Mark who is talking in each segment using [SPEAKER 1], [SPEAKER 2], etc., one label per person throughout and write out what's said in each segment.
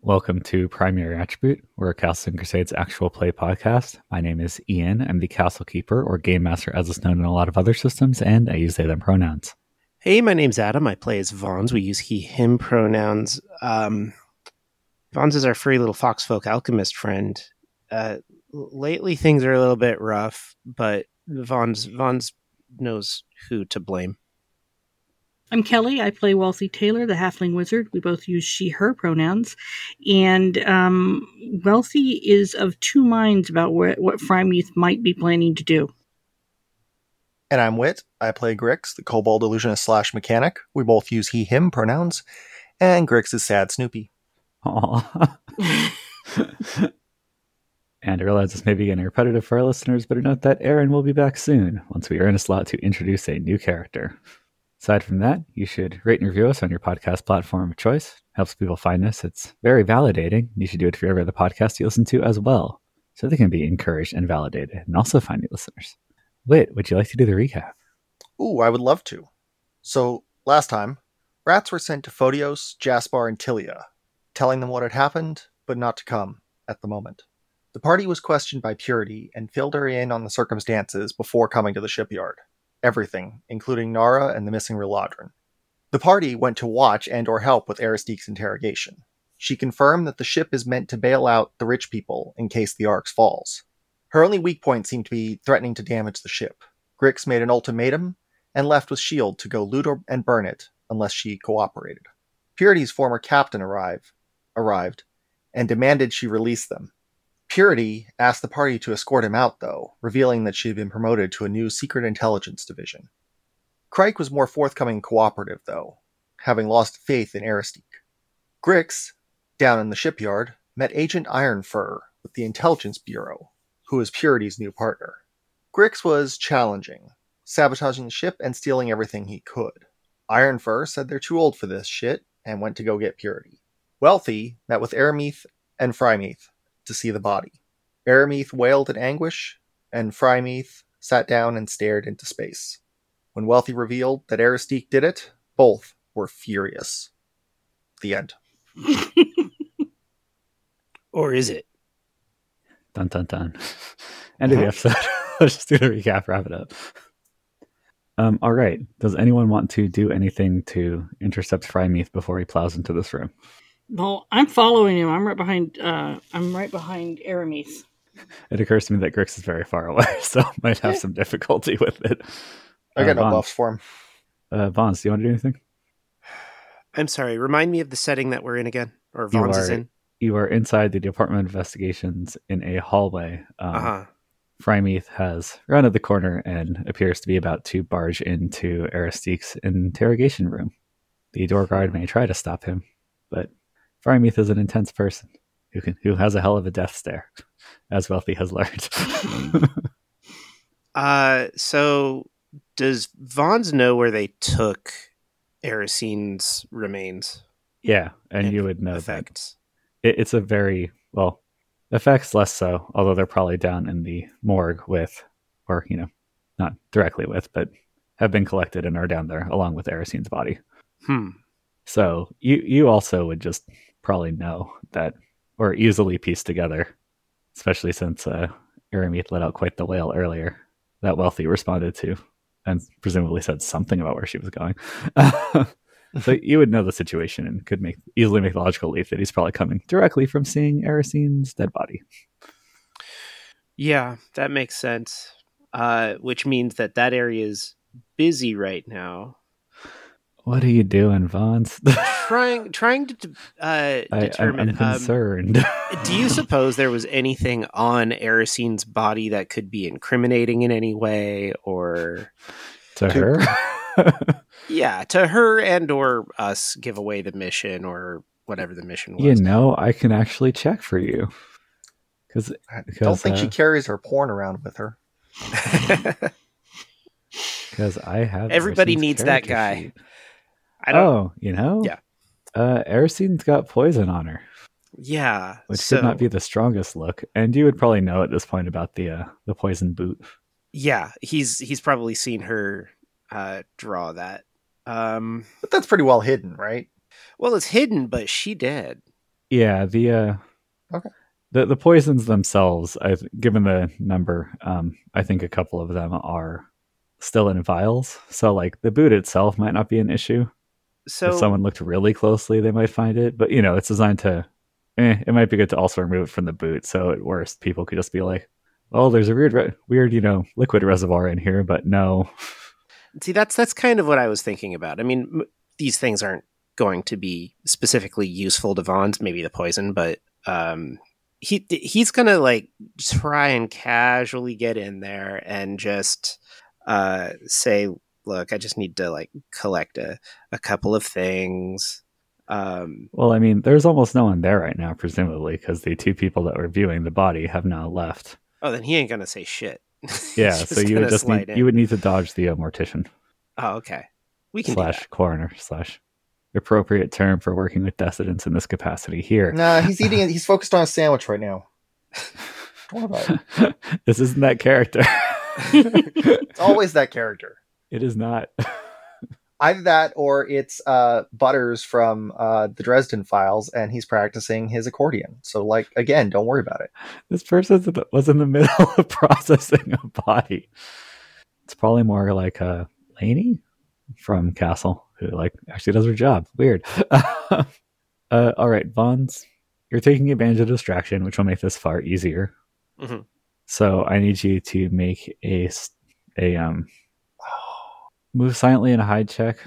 [SPEAKER 1] Welcome to Primary Attribute. We're a Castle and Crusades actual play podcast. My name is Ian. I'm the Castle Keeper, or Game Master as it's known in a lot of other systems, and I use they them pronouns.
[SPEAKER 2] Hey, my name's Adam. I play as Vons. We use he, him pronouns. Um, Vons is our free little foxfolk alchemist friend. Uh, lately, things are a little bit rough, but Vons, Vons knows who to blame.
[SPEAKER 3] I'm Kelly. I play Walsey Taylor, the halfling wizard. We both use she, her pronouns. And um, Welsie is of two minds about wh- what Frymuth might be planning to do.
[SPEAKER 4] And I'm Wit. I play Grix, the kobold illusionist slash mechanic. We both use he, him pronouns. And Grix is sad Snoopy.
[SPEAKER 1] Aw. and I realize this may be getting repetitive for our listeners, but note that Aaron will be back soon once we are in a slot to introduce a new character. Aside from that, you should rate and review us on your podcast platform of choice. Helps people find us. It's very validating. You should do it for every other podcast you listen to as well, so they can be encouraged and validated and also find new listeners. Wait, would you like to do the recap?
[SPEAKER 4] Ooh, I would love to. So, last time, rats were sent to Photios, Jaspar, and Tilia, telling them what had happened, but not to come at the moment. The party was questioned by Purity and filled her in on the circumstances before coming to the shipyard. Everything, including Nara and the missing Reladrin. The party went to watch and or help with Aristique's interrogation. She confirmed that the ship is meant to bail out the rich people in case the Arx falls. Her only weak point seemed to be threatening to damage the ship. Grix made an ultimatum and left with Shield E to go loot or- and burn it unless she cooperated. Purity's former captain arrive, arrived and demanded she release them. Purity asked the party to escort him out, though, revealing that she had been promoted to a new secret intelligence division. Crike was more forthcoming and cooperative, though, having lost faith in Aristique. Grix, down in the shipyard, met Agent Ironfur with the Intelligence Bureau, who was Purity's new partner. Grix was challenging, sabotaging the ship and stealing everything he could. Ironfur said they're too old for this shit and went to go get Purity. Wealthy met with Arameath and Frymeath to see the body. Arameath wailed in anguish, and Frymeath sat down and stared into space. When Wealthy revealed that Aristique did it, both were furious. The end.
[SPEAKER 2] Or is it?
[SPEAKER 1] Dun dun dun. End
[SPEAKER 4] Uh-huh.
[SPEAKER 1] of the episode. Let's just do the recap, wrap it up. Um, all right. Does anyone want to do anything to intercept Frymeath before he plows into this room?
[SPEAKER 3] well, I'm following him. I'm right behind. Uh, I'm right behind Aramis.
[SPEAKER 1] It occurs to me that Grix is very far away, so I might have some difficulty with it.
[SPEAKER 4] I
[SPEAKER 1] Uh,
[SPEAKER 4] got no
[SPEAKER 1] Vons.
[SPEAKER 4] buffs for him.
[SPEAKER 1] Uh, Vons, do you want to do anything?
[SPEAKER 2] I'm sorry. Remind me of the setting that we're in again, or
[SPEAKER 1] You
[SPEAKER 2] Vons is
[SPEAKER 1] are-
[SPEAKER 2] in.
[SPEAKER 1] You are inside the Department of Investigations in a hallway. Um,
[SPEAKER 2] Uh
[SPEAKER 4] Uh-huh.
[SPEAKER 2] huh.
[SPEAKER 1] Frymeath has rounded the corner and appears to be about to barge into Aristique's interrogation room. The door guard may try to stop him, but Frymeath is an intense person who can who has a hell of a death stare, as Wealthy has learned.
[SPEAKER 2] Uh, so does Vons know where they took Arisine's remains?
[SPEAKER 1] yeah, and, you would know that
[SPEAKER 2] effects.
[SPEAKER 1] it, it's a very well effects less so although they're probably down in the morgue with or you know not directly with but have been collected and are down there along with Arisine's body
[SPEAKER 2] Hmm.
[SPEAKER 1] so you you also would just probably know that or easily piece together especially since uh Arameath let out quite the wail earlier that wealthy responded to and presumably said something about where she was going so you would know the situation and could make easily make the logical leap that he's probably coming directly from seeing Arisine's dead body.
[SPEAKER 2] Yeah, that makes sense. Uh, which means that that area is busy right now.
[SPEAKER 1] What are you doing, Vons?
[SPEAKER 2] Trying, trying to de- uh,
[SPEAKER 1] I, I,
[SPEAKER 2] determine.
[SPEAKER 1] am
[SPEAKER 2] um,
[SPEAKER 1] concerned.
[SPEAKER 2] do you suppose there was anything on Arisine's body that could be incriminating in any way, or
[SPEAKER 1] to
[SPEAKER 4] to-
[SPEAKER 1] her?
[SPEAKER 2] yeah, to her and or us give away the mission or whatever the mission was?
[SPEAKER 1] you know, I can actually check for you. Because
[SPEAKER 4] I don't
[SPEAKER 1] Because,
[SPEAKER 4] think she
[SPEAKER 1] uh,
[SPEAKER 4] carries her porn around with her.
[SPEAKER 1] I have.
[SPEAKER 2] Everybody
[SPEAKER 1] Arisine's
[SPEAKER 2] needs that
[SPEAKER 1] character
[SPEAKER 2] guy.
[SPEAKER 1] sheet.
[SPEAKER 2] I don't.
[SPEAKER 1] Oh, you know?
[SPEAKER 2] Yeah.
[SPEAKER 1] Uh, Arisine's got poison on her,
[SPEAKER 2] yeah,
[SPEAKER 1] which
[SPEAKER 2] so,
[SPEAKER 1] could not be the strongest look. And you would probably know at this point about the uh, the poison boot.
[SPEAKER 2] yeah, he's he's probably seen her uh, draw that. Um,
[SPEAKER 4] But that's pretty well hidden, right?
[SPEAKER 2] Well, it's hidden, but she did.
[SPEAKER 1] Yeah, the uh,
[SPEAKER 4] Okay.
[SPEAKER 1] the the poisons themselves. I th- given the number, um, I think a couple of them are still in vials. So like the boot itself might not be an issue.
[SPEAKER 2] So
[SPEAKER 1] if someone looked really closely, they might find it. But you know, it's designed to. Eh, it might be good to also remove it from the boot. So at worst, people could just be like, "Oh, there's a weird, re- weird, you know, liquid reservoir in here." But no,
[SPEAKER 2] See, that's that's kind of what I was thinking about. I mean, m- these things aren't going to be specifically useful to Vaughn's, maybe the poison, but um, he he's gonna like try and casually get in there and just uh, say, "Look, I just need to like collect a, a couple of things." Um,
[SPEAKER 1] Well, I mean, there's almost no one there right now, presumably, because the two people that were viewing the body have now left.
[SPEAKER 2] oh, then he ain't gonna say shit. He's
[SPEAKER 1] Yeah,
[SPEAKER 2] just
[SPEAKER 1] so you would
[SPEAKER 2] gonna
[SPEAKER 1] just
[SPEAKER 2] slide
[SPEAKER 1] need,
[SPEAKER 2] in.
[SPEAKER 1] you would need to dodge the uh, mortician
[SPEAKER 2] Oh, okay. We can do
[SPEAKER 1] slash coroner slash appropriate term for working with decedents in this capacity here.
[SPEAKER 4] Nah, he's eating. He's focused on a sandwich right now. Don't worry about it.
[SPEAKER 1] this isn't that character.
[SPEAKER 4] It's always that character.
[SPEAKER 1] it is not.
[SPEAKER 4] Either that, or it's uh, Butters from uh, the Dresden Files, and he's practicing his accordion. So, like again, don't worry about it.
[SPEAKER 1] This person was in the- was in the middle of processing a body. It's probably more like a Laney from Castle, who like actually does her job. Weird. uh, all right, Bonds, you're taking advantage of distraction, which will make this far easier.
[SPEAKER 2] Mhm.
[SPEAKER 1] So I need you to make a s- a um move silently and hide check.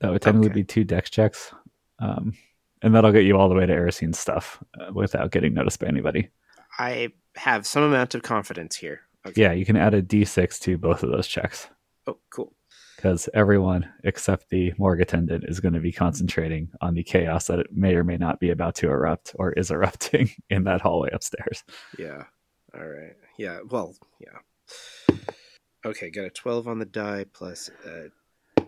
[SPEAKER 1] That would technically
[SPEAKER 2] Okay.
[SPEAKER 1] be two dex checks, um, and that'll get you all the way to Erisine's stuff uh, without getting noticed by anybody.
[SPEAKER 2] that. I have some amount of confidence here. Okay.
[SPEAKER 1] Yeah, you can add a d6 to both of those checks
[SPEAKER 2] Oh, cool.
[SPEAKER 1] because everyone except the morgue attendant is going to be concentrating on the chaos that it may or may not be about to erupt or is erupting in that hallway upstairs.
[SPEAKER 2] Yeah. All right. Yeah. Well, yeah. Okay, got a 12 on the die plus uh,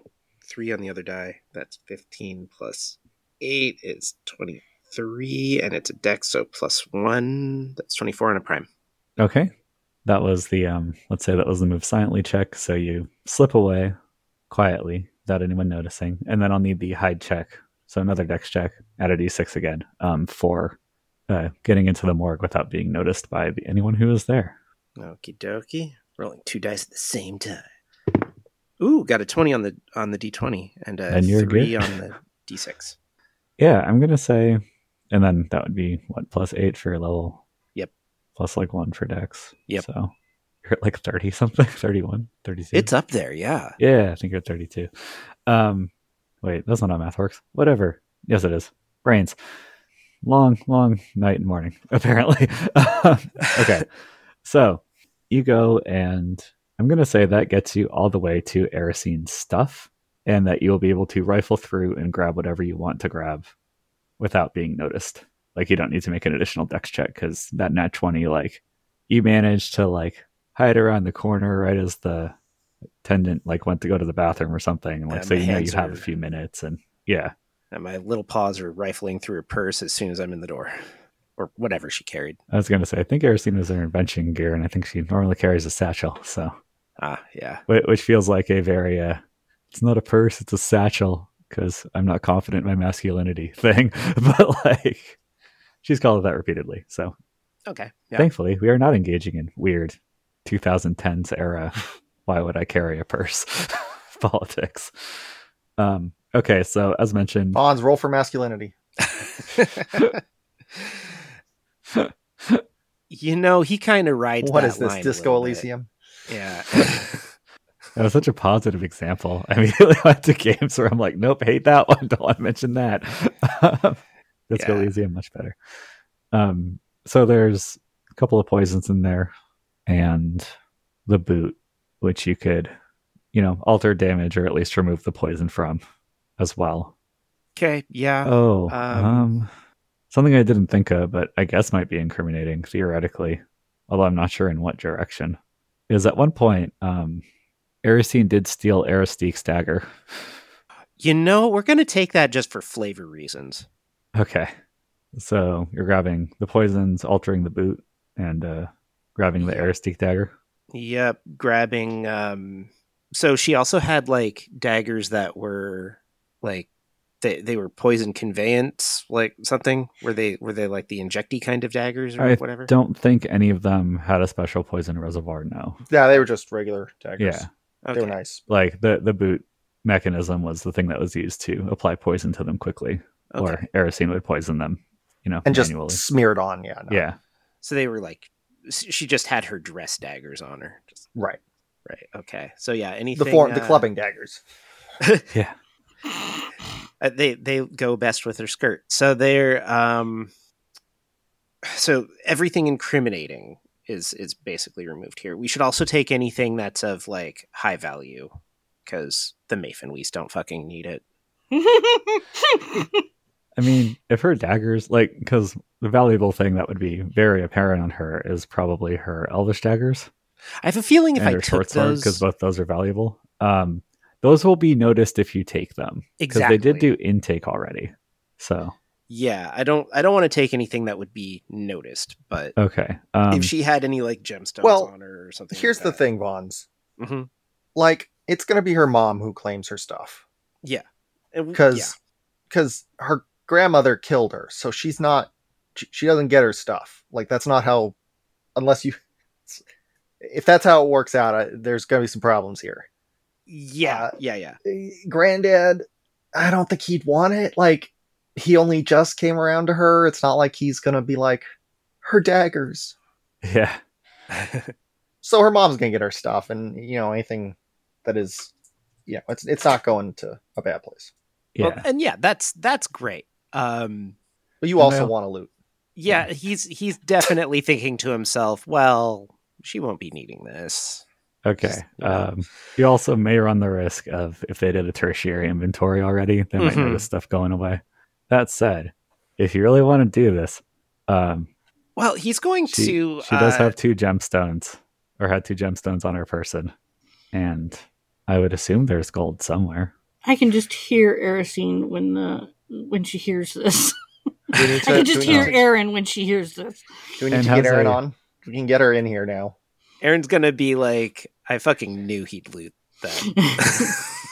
[SPEAKER 2] 3 on the other die. That's 15 plus 8 is 23, and it's a dex, so plus 1. That's 24 and a prime.
[SPEAKER 1] Okay. That was the um let's say that was the move silently check, so you slip away quietly without anyone noticing. And then I'll need the hide check. So another dex check, add a d6 again, um, for uh, getting into the morgue without being noticed by the, anyone who is there.
[SPEAKER 2] Okie dokie. Rolling two dice at the same time. Ooh, got a 20 on the on the d20 and a
[SPEAKER 1] And you're
[SPEAKER 2] 3
[SPEAKER 1] good.
[SPEAKER 2] on the d6.
[SPEAKER 1] Yeah, I'm gonna say, and then that would be what plus eight for your level.
[SPEAKER 2] Yep.
[SPEAKER 1] Plus like one for Dex.
[SPEAKER 2] Yep.
[SPEAKER 1] So you're at like thirty something, 31, 32.
[SPEAKER 2] It's up there, yeah.
[SPEAKER 1] yeah, I think you're at thirty-two. Um, wait, that's not how math works. Whatever. Yes, it is. Brains. Long, long night and morning. Apparently. okay. So you go and I'm gonna say that gets you all the way to Erisine's stuff, and that you'll be able to rifle through and grab whatever you want to grab without being noticed. Like you don't need to make an additional dex check because that nat twenty, like you managed to like hide around the corner right as the attendant like went to go to the bathroom or something. Like
[SPEAKER 2] Yeah,
[SPEAKER 1] so
[SPEAKER 2] my
[SPEAKER 1] you know you
[SPEAKER 2] hands
[SPEAKER 1] have a
[SPEAKER 2] are-
[SPEAKER 1] few minutes and yeah.
[SPEAKER 2] And my little paws are rifling through her purse as soon as I'm in the door, or whatever she carried.
[SPEAKER 1] I was gonna say I think Erisine was in her invention gear and I think she normally carries a satchel, so
[SPEAKER 2] Ah, yeah.
[SPEAKER 1] Whi- which feels like a very uh, it's not a purse it's a satchel because i'm not confident in my masculinity thing but like she's called it that repeatedly so
[SPEAKER 2] Okay. Yeah.
[SPEAKER 1] thankfully we are not engaging in weird 2010s era why would i carry a purse politics um okay so as mentioned
[SPEAKER 2] Oh.
[SPEAKER 4] Bonds roll for masculinity.
[SPEAKER 2] you know, he kind of rides.
[SPEAKER 4] what
[SPEAKER 2] that
[SPEAKER 4] is this
[SPEAKER 2] line a
[SPEAKER 4] Disco
[SPEAKER 2] little bit.
[SPEAKER 4] Elysium?
[SPEAKER 2] Yeah.
[SPEAKER 1] that was such a positive example i immediately went to games where i'm like nope hate that one don't want to mention that That's
[SPEAKER 2] Yeah.
[SPEAKER 1] Elysium much better. Um, so there's a couple of poisons in there, and the boot, which you could, you know, alter damage or at least remove the poison from, as well.
[SPEAKER 2] okay. Yeah.
[SPEAKER 1] Oh,
[SPEAKER 2] um,
[SPEAKER 1] um, something I didn't think of, but I guess might be incriminating theoretically, although I'm not sure in what direction. Is at one point, um, Erisine did steal Aristique's dagger.
[SPEAKER 2] You know, we're gonna take that just for flavor reasons.
[SPEAKER 1] Okay. So you're grabbing the poisons, altering the boot, and uh, grabbing the
[SPEAKER 2] Yeah.
[SPEAKER 1] Aristique dagger.
[SPEAKER 2] Yep. Grabbing. Um. So she also had like daggers that were like they they were poison conveyance, like something. Were they were they like the injecty kind of daggers or
[SPEAKER 1] I
[SPEAKER 2] whatever?
[SPEAKER 1] Don't think any of them had a special poison reservoir. No,
[SPEAKER 4] Yeah, they were just regular daggers.
[SPEAKER 1] Yeah.
[SPEAKER 4] They
[SPEAKER 2] Okay.
[SPEAKER 4] were nice.
[SPEAKER 1] like the the boot mechanism was the thing that was used to apply poison to them quickly,
[SPEAKER 2] okay.
[SPEAKER 1] or Erisine would poison them. You know,
[SPEAKER 4] And just
[SPEAKER 1] manually.
[SPEAKER 4] smeared on. Yeah. no.
[SPEAKER 1] yeah,
[SPEAKER 2] So they were like, s- she just had her dress daggers on her. Just,
[SPEAKER 4] Right.
[SPEAKER 2] right. Okay. So yeah, anything
[SPEAKER 4] The form, the
[SPEAKER 2] uh,
[SPEAKER 4] clubbing daggers.
[SPEAKER 1] yeah.
[SPEAKER 2] uh, they they go best with their skirt. So they're um, so everything incriminating is is basically removed here. We should also take anything that's of like high value because the Mafenwees don't fucking need it.
[SPEAKER 1] I mean, if her daggers, like, because the valuable thing that would be very apparent on her is probably her elvish daggers
[SPEAKER 2] I have a feeling if
[SPEAKER 1] and
[SPEAKER 2] I
[SPEAKER 1] her
[SPEAKER 2] took
[SPEAKER 1] short sword, because
[SPEAKER 2] those,
[SPEAKER 1] both those are valuable. Um, those will be noticed if you take them because
[SPEAKER 2] exactly.
[SPEAKER 1] they did do intake already. So
[SPEAKER 2] Yeah, I don't. I don't want to take anything that would be noticed. But
[SPEAKER 1] okay, um,
[SPEAKER 2] if she had any like gemstones
[SPEAKER 4] well,
[SPEAKER 2] on her or something,
[SPEAKER 4] Here's the thing, Vons.
[SPEAKER 2] hmm
[SPEAKER 4] Like, it's going to be her mom who claims her stuff. Because because her grandmother killed her. So she's not, she, she doesn't get her stuff. Like, that's not how, unless you, if that's how it works out, I, there's going to be some problems here.
[SPEAKER 2] yeah, yeah, yeah, yeah.
[SPEAKER 4] granddad i don't think he'd want it like he only just came around to her it's not like he's gonna be like her daggers
[SPEAKER 1] yeah,
[SPEAKER 4] so her mom's gonna get her stuff and you know anything that is you know it's, it's not going to a bad place
[SPEAKER 1] yeah.
[SPEAKER 2] Well, and yeah, that's that's great. Um,
[SPEAKER 4] but you also
[SPEAKER 1] Well-
[SPEAKER 4] want to loot
[SPEAKER 2] yeah, he's he's definitely thinking to himself, well, she won't be needing this.
[SPEAKER 1] Okay.
[SPEAKER 2] Just, you know.
[SPEAKER 1] um, you also may run the risk of if they did a tertiary inventory already, they might
[SPEAKER 2] Mhm.
[SPEAKER 1] notice stuff going away. That said, if you really want to do this, um,
[SPEAKER 2] Well, he's going
[SPEAKER 1] she,
[SPEAKER 2] to.
[SPEAKER 1] she does
[SPEAKER 2] uh,
[SPEAKER 1] have two gemstones or had two gemstones on her person, and I would assume there's gold somewhere.
[SPEAKER 3] I can just hear Erisine when the when she hears this.
[SPEAKER 4] we need
[SPEAKER 3] I
[SPEAKER 4] to,
[SPEAKER 3] can
[SPEAKER 4] do
[SPEAKER 3] just
[SPEAKER 4] we
[SPEAKER 3] hear
[SPEAKER 4] need to,
[SPEAKER 3] Erin when she hears this.
[SPEAKER 4] do we need
[SPEAKER 1] And
[SPEAKER 4] to get
[SPEAKER 1] how's Erin?
[SPEAKER 4] Erin on we can get her in here now
[SPEAKER 2] Aaron's gonna be like, I fucking knew he'd loot that.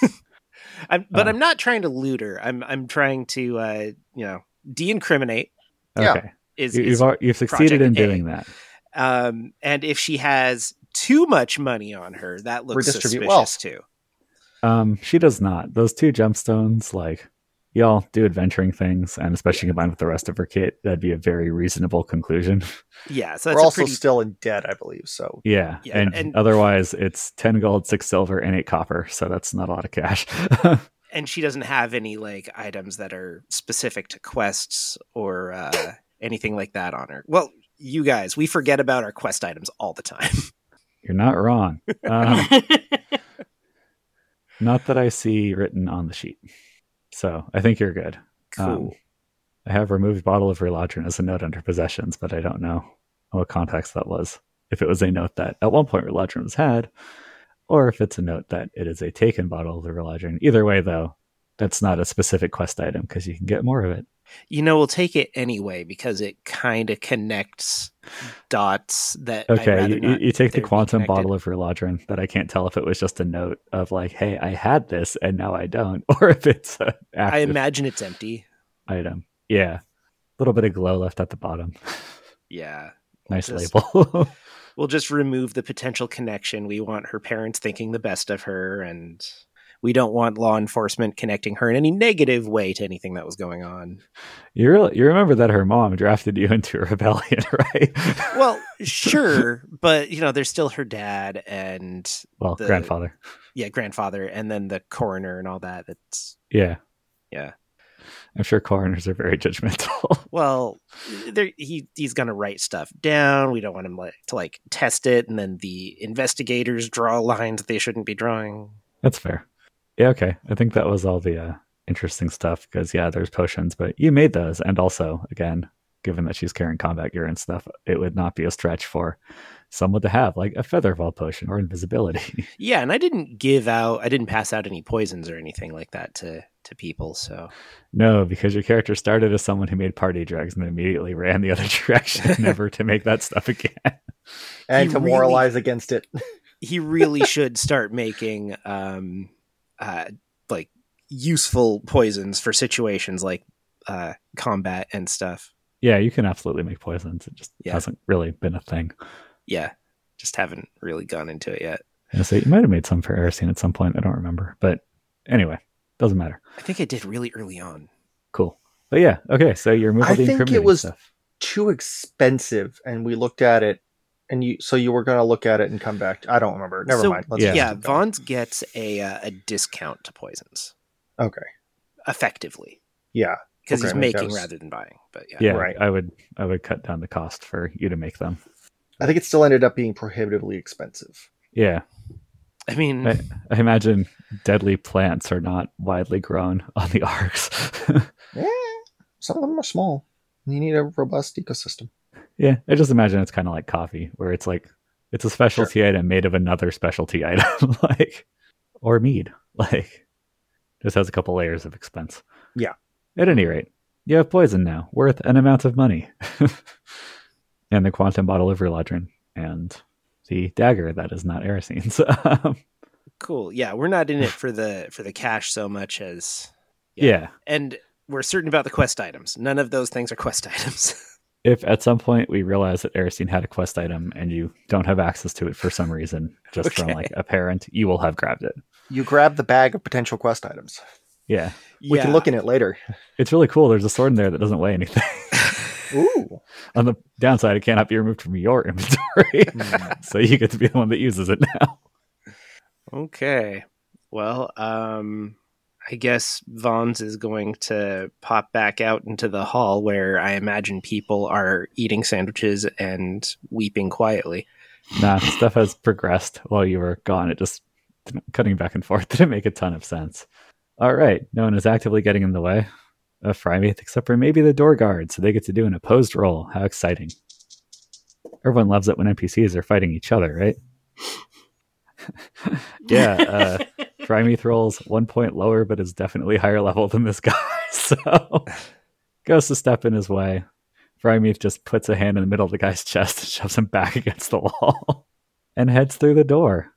[SPEAKER 2] I'm, but
[SPEAKER 1] Oh.
[SPEAKER 2] I'm not trying to loot her. I'm I'm trying to uh, you know de-incriminate.
[SPEAKER 4] Yeah.
[SPEAKER 1] Okay,
[SPEAKER 2] Is,
[SPEAKER 1] you,
[SPEAKER 2] is
[SPEAKER 1] you've al- you've succeeded in
[SPEAKER 2] Project A.
[SPEAKER 1] doing that.
[SPEAKER 2] um, and if she has too much money on her, that looks
[SPEAKER 4] Redistribute
[SPEAKER 2] suspicious
[SPEAKER 4] wealth.
[SPEAKER 2] too.
[SPEAKER 1] Um, she does not. Those two gemstones, like y'all do adventuring things, and especially combined with the rest of her kit, that'd be a very reasonable conclusion.
[SPEAKER 2] Yeah, so that's
[SPEAKER 4] we're
[SPEAKER 2] a
[SPEAKER 4] also
[SPEAKER 2] pretty
[SPEAKER 4] still in debt i believe so
[SPEAKER 1] Yeah,
[SPEAKER 2] Yeah,
[SPEAKER 1] and,
[SPEAKER 2] and-
[SPEAKER 1] otherwise it's ten gold, six silver, and eight copper. So that's not a lot of cash.
[SPEAKER 2] and she doesn't have any like items that are specific to quests or uh, anything like that on her. Well, you guys, we forget about our quest items all the time.
[SPEAKER 1] You're not wrong. Um, not that I see written on the sheet. So I think you're good. Um, I have removed bottle of Relodrin as a note under possessions, but I don't know what context that was. If it was a note that at one point Relodrin was had, or if it's a note that it is a taken bottle of the Relodrin. Either way, though, that's not a specific quest item because you can get more of it.
[SPEAKER 2] you know, we'll take it anyway because it kind of connects dots that. I'd
[SPEAKER 1] Okay,
[SPEAKER 2] rather
[SPEAKER 1] you, you,
[SPEAKER 2] not
[SPEAKER 1] you take the
[SPEAKER 2] they're
[SPEAKER 1] quantum
[SPEAKER 2] connected.
[SPEAKER 1] bottle of Relodrin that I can't tell if it was just a note of like, hey, I had this and now I don't, or if it's an
[SPEAKER 2] I
[SPEAKER 1] active
[SPEAKER 2] imagine it's empty.
[SPEAKER 1] item. Yeah, a little bit of glow left at the bottom.
[SPEAKER 2] Yeah,
[SPEAKER 1] nice
[SPEAKER 2] Just-
[SPEAKER 1] label.
[SPEAKER 2] we'll just remove the potential connection. We want her parents thinking the best of her, and we don't want law enforcement connecting her in any negative way to anything that was going on.
[SPEAKER 1] you really, you remember that her mom drafted you into a rebellion, right?
[SPEAKER 2] Well, sure, but you know, there's still her dad and
[SPEAKER 1] well,
[SPEAKER 2] the-
[SPEAKER 1] grandfather.
[SPEAKER 2] yeah, grandfather, and then the coroner and all that. It's
[SPEAKER 1] Yeah,
[SPEAKER 2] Yeah.
[SPEAKER 1] I'm sure coroners are very judgmental.
[SPEAKER 2] well, there he he's gonna write stuff down. We don't want him like, to like test it, and then the investigators draw lines that they shouldn't be drawing.
[SPEAKER 1] That's fair. Yeah, okay. I think that was all the uh, interesting stuff because, yeah, there's potions, but you made those. And also, again, given that she's carrying combat gear and stuff, it would not be a stretch for someone to have like a featherfall potion or invisibility.
[SPEAKER 2] Yeah, and I didn't give out, I didn't pass out any poisons or anything like that to to people. So
[SPEAKER 1] no, because your character started as someone who made party drugs and immediately ran the other direction, never to make that stuff again.
[SPEAKER 4] and
[SPEAKER 2] He
[SPEAKER 4] to
[SPEAKER 2] really-
[SPEAKER 4] moralize against it
[SPEAKER 2] he really should start making um uh like useful poisons for situations like uh, combat and stuff.
[SPEAKER 1] Yeah, you can absolutely make poisons. It just
[SPEAKER 2] Yeah.
[SPEAKER 1] hasn't really been a thing.
[SPEAKER 2] Yeah, just haven't really gone into it yet.
[SPEAKER 1] Yeah, so you might have made some for Erosine at some point. I don't remember. But anyway, doesn't matter.
[SPEAKER 2] I think I did really early on.
[SPEAKER 1] Cool. But yeah, okay. So you're moving
[SPEAKER 4] I
[SPEAKER 1] the
[SPEAKER 4] think it
[SPEAKER 1] incriminating
[SPEAKER 4] was-
[SPEAKER 1] stuff.
[SPEAKER 4] Too expensive, and we looked at it, and you. So you were going to look at it and come back. I don't remember. Never
[SPEAKER 2] So-
[SPEAKER 4] mind. Let's
[SPEAKER 2] Yeah,
[SPEAKER 1] Yeah.
[SPEAKER 4] just keep going.
[SPEAKER 2] Vaughn's gets a uh, a discount to poisons
[SPEAKER 4] Okay.
[SPEAKER 2] effectively
[SPEAKER 4] Yeah.
[SPEAKER 2] because
[SPEAKER 4] Okay,
[SPEAKER 2] he's
[SPEAKER 4] that
[SPEAKER 2] making
[SPEAKER 4] was-
[SPEAKER 2] rather than buying. But yeah,
[SPEAKER 1] Yeah,
[SPEAKER 4] Right.
[SPEAKER 1] I would I would cut down the cost for you to make them.
[SPEAKER 4] I think it still ended up being prohibitively expensive.
[SPEAKER 1] Yeah.
[SPEAKER 2] I mean,
[SPEAKER 1] I, I imagine deadly plants are not widely grown on the arcs.
[SPEAKER 4] Yeah. Some of them are small. You need a robust ecosystem.
[SPEAKER 1] yeah, I just imagine it's kind of like coffee, where it's like it's a specialty item made of another specialty item, like or mead, like just has a couple layers of expense.
[SPEAKER 4] Yeah.
[SPEAKER 1] At any rate, you have poison now, worth an amount of money, and the quantum bottle of reladrin and the dagger that is not Erosine's. Um,
[SPEAKER 2] cool. Yeah, we're not in it for the for the cash so much as Yeah.
[SPEAKER 1] yeah.
[SPEAKER 2] and we're certain about the quest items. None of those things are quest items.
[SPEAKER 1] if at some point we realize that Aristine had a quest item and you don't have access to it for some reason, just from
[SPEAKER 2] Okay.
[SPEAKER 1] like a parent, you will have grabbed it.
[SPEAKER 4] You grab the bag of potential quest items.
[SPEAKER 1] Yeah.
[SPEAKER 4] We can look in it later.
[SPEAKER 1] It's really cool. There's a sword in there that doesn't weigh anything.
[SPEAKER 4] Ooh.
[SPEAKER 1] On the downside, it cannot be removed from your inventory.
[SPEAKER 4] Hmm.
[SPEAKER 1] so you get to be the one that uses it now.
[SPEAKER 2] Okay. Well, um I guess Vaughn's is going to pop back out into the hall where I imagine people are eating sandwiches and weeping quietly.
[SPEAKER 1] Nah, stuff has progressed while you were gone. It just didn't, cutting back and forth didn't make a ton of sense. All right. No one is actively getting in the way of Frymeath except for maybe the door guard. So they get to do an opposed roll. How exciting. Everyone loves it when NPCs are fighting each other, right? Yeah, uh, Frymeath rolls one point lower, but is definitely higher level than this guy. So goes to step in his way. Frymeath just puts a hand in the middle of the guy's chest and shoves him back against the wall and heads through the door.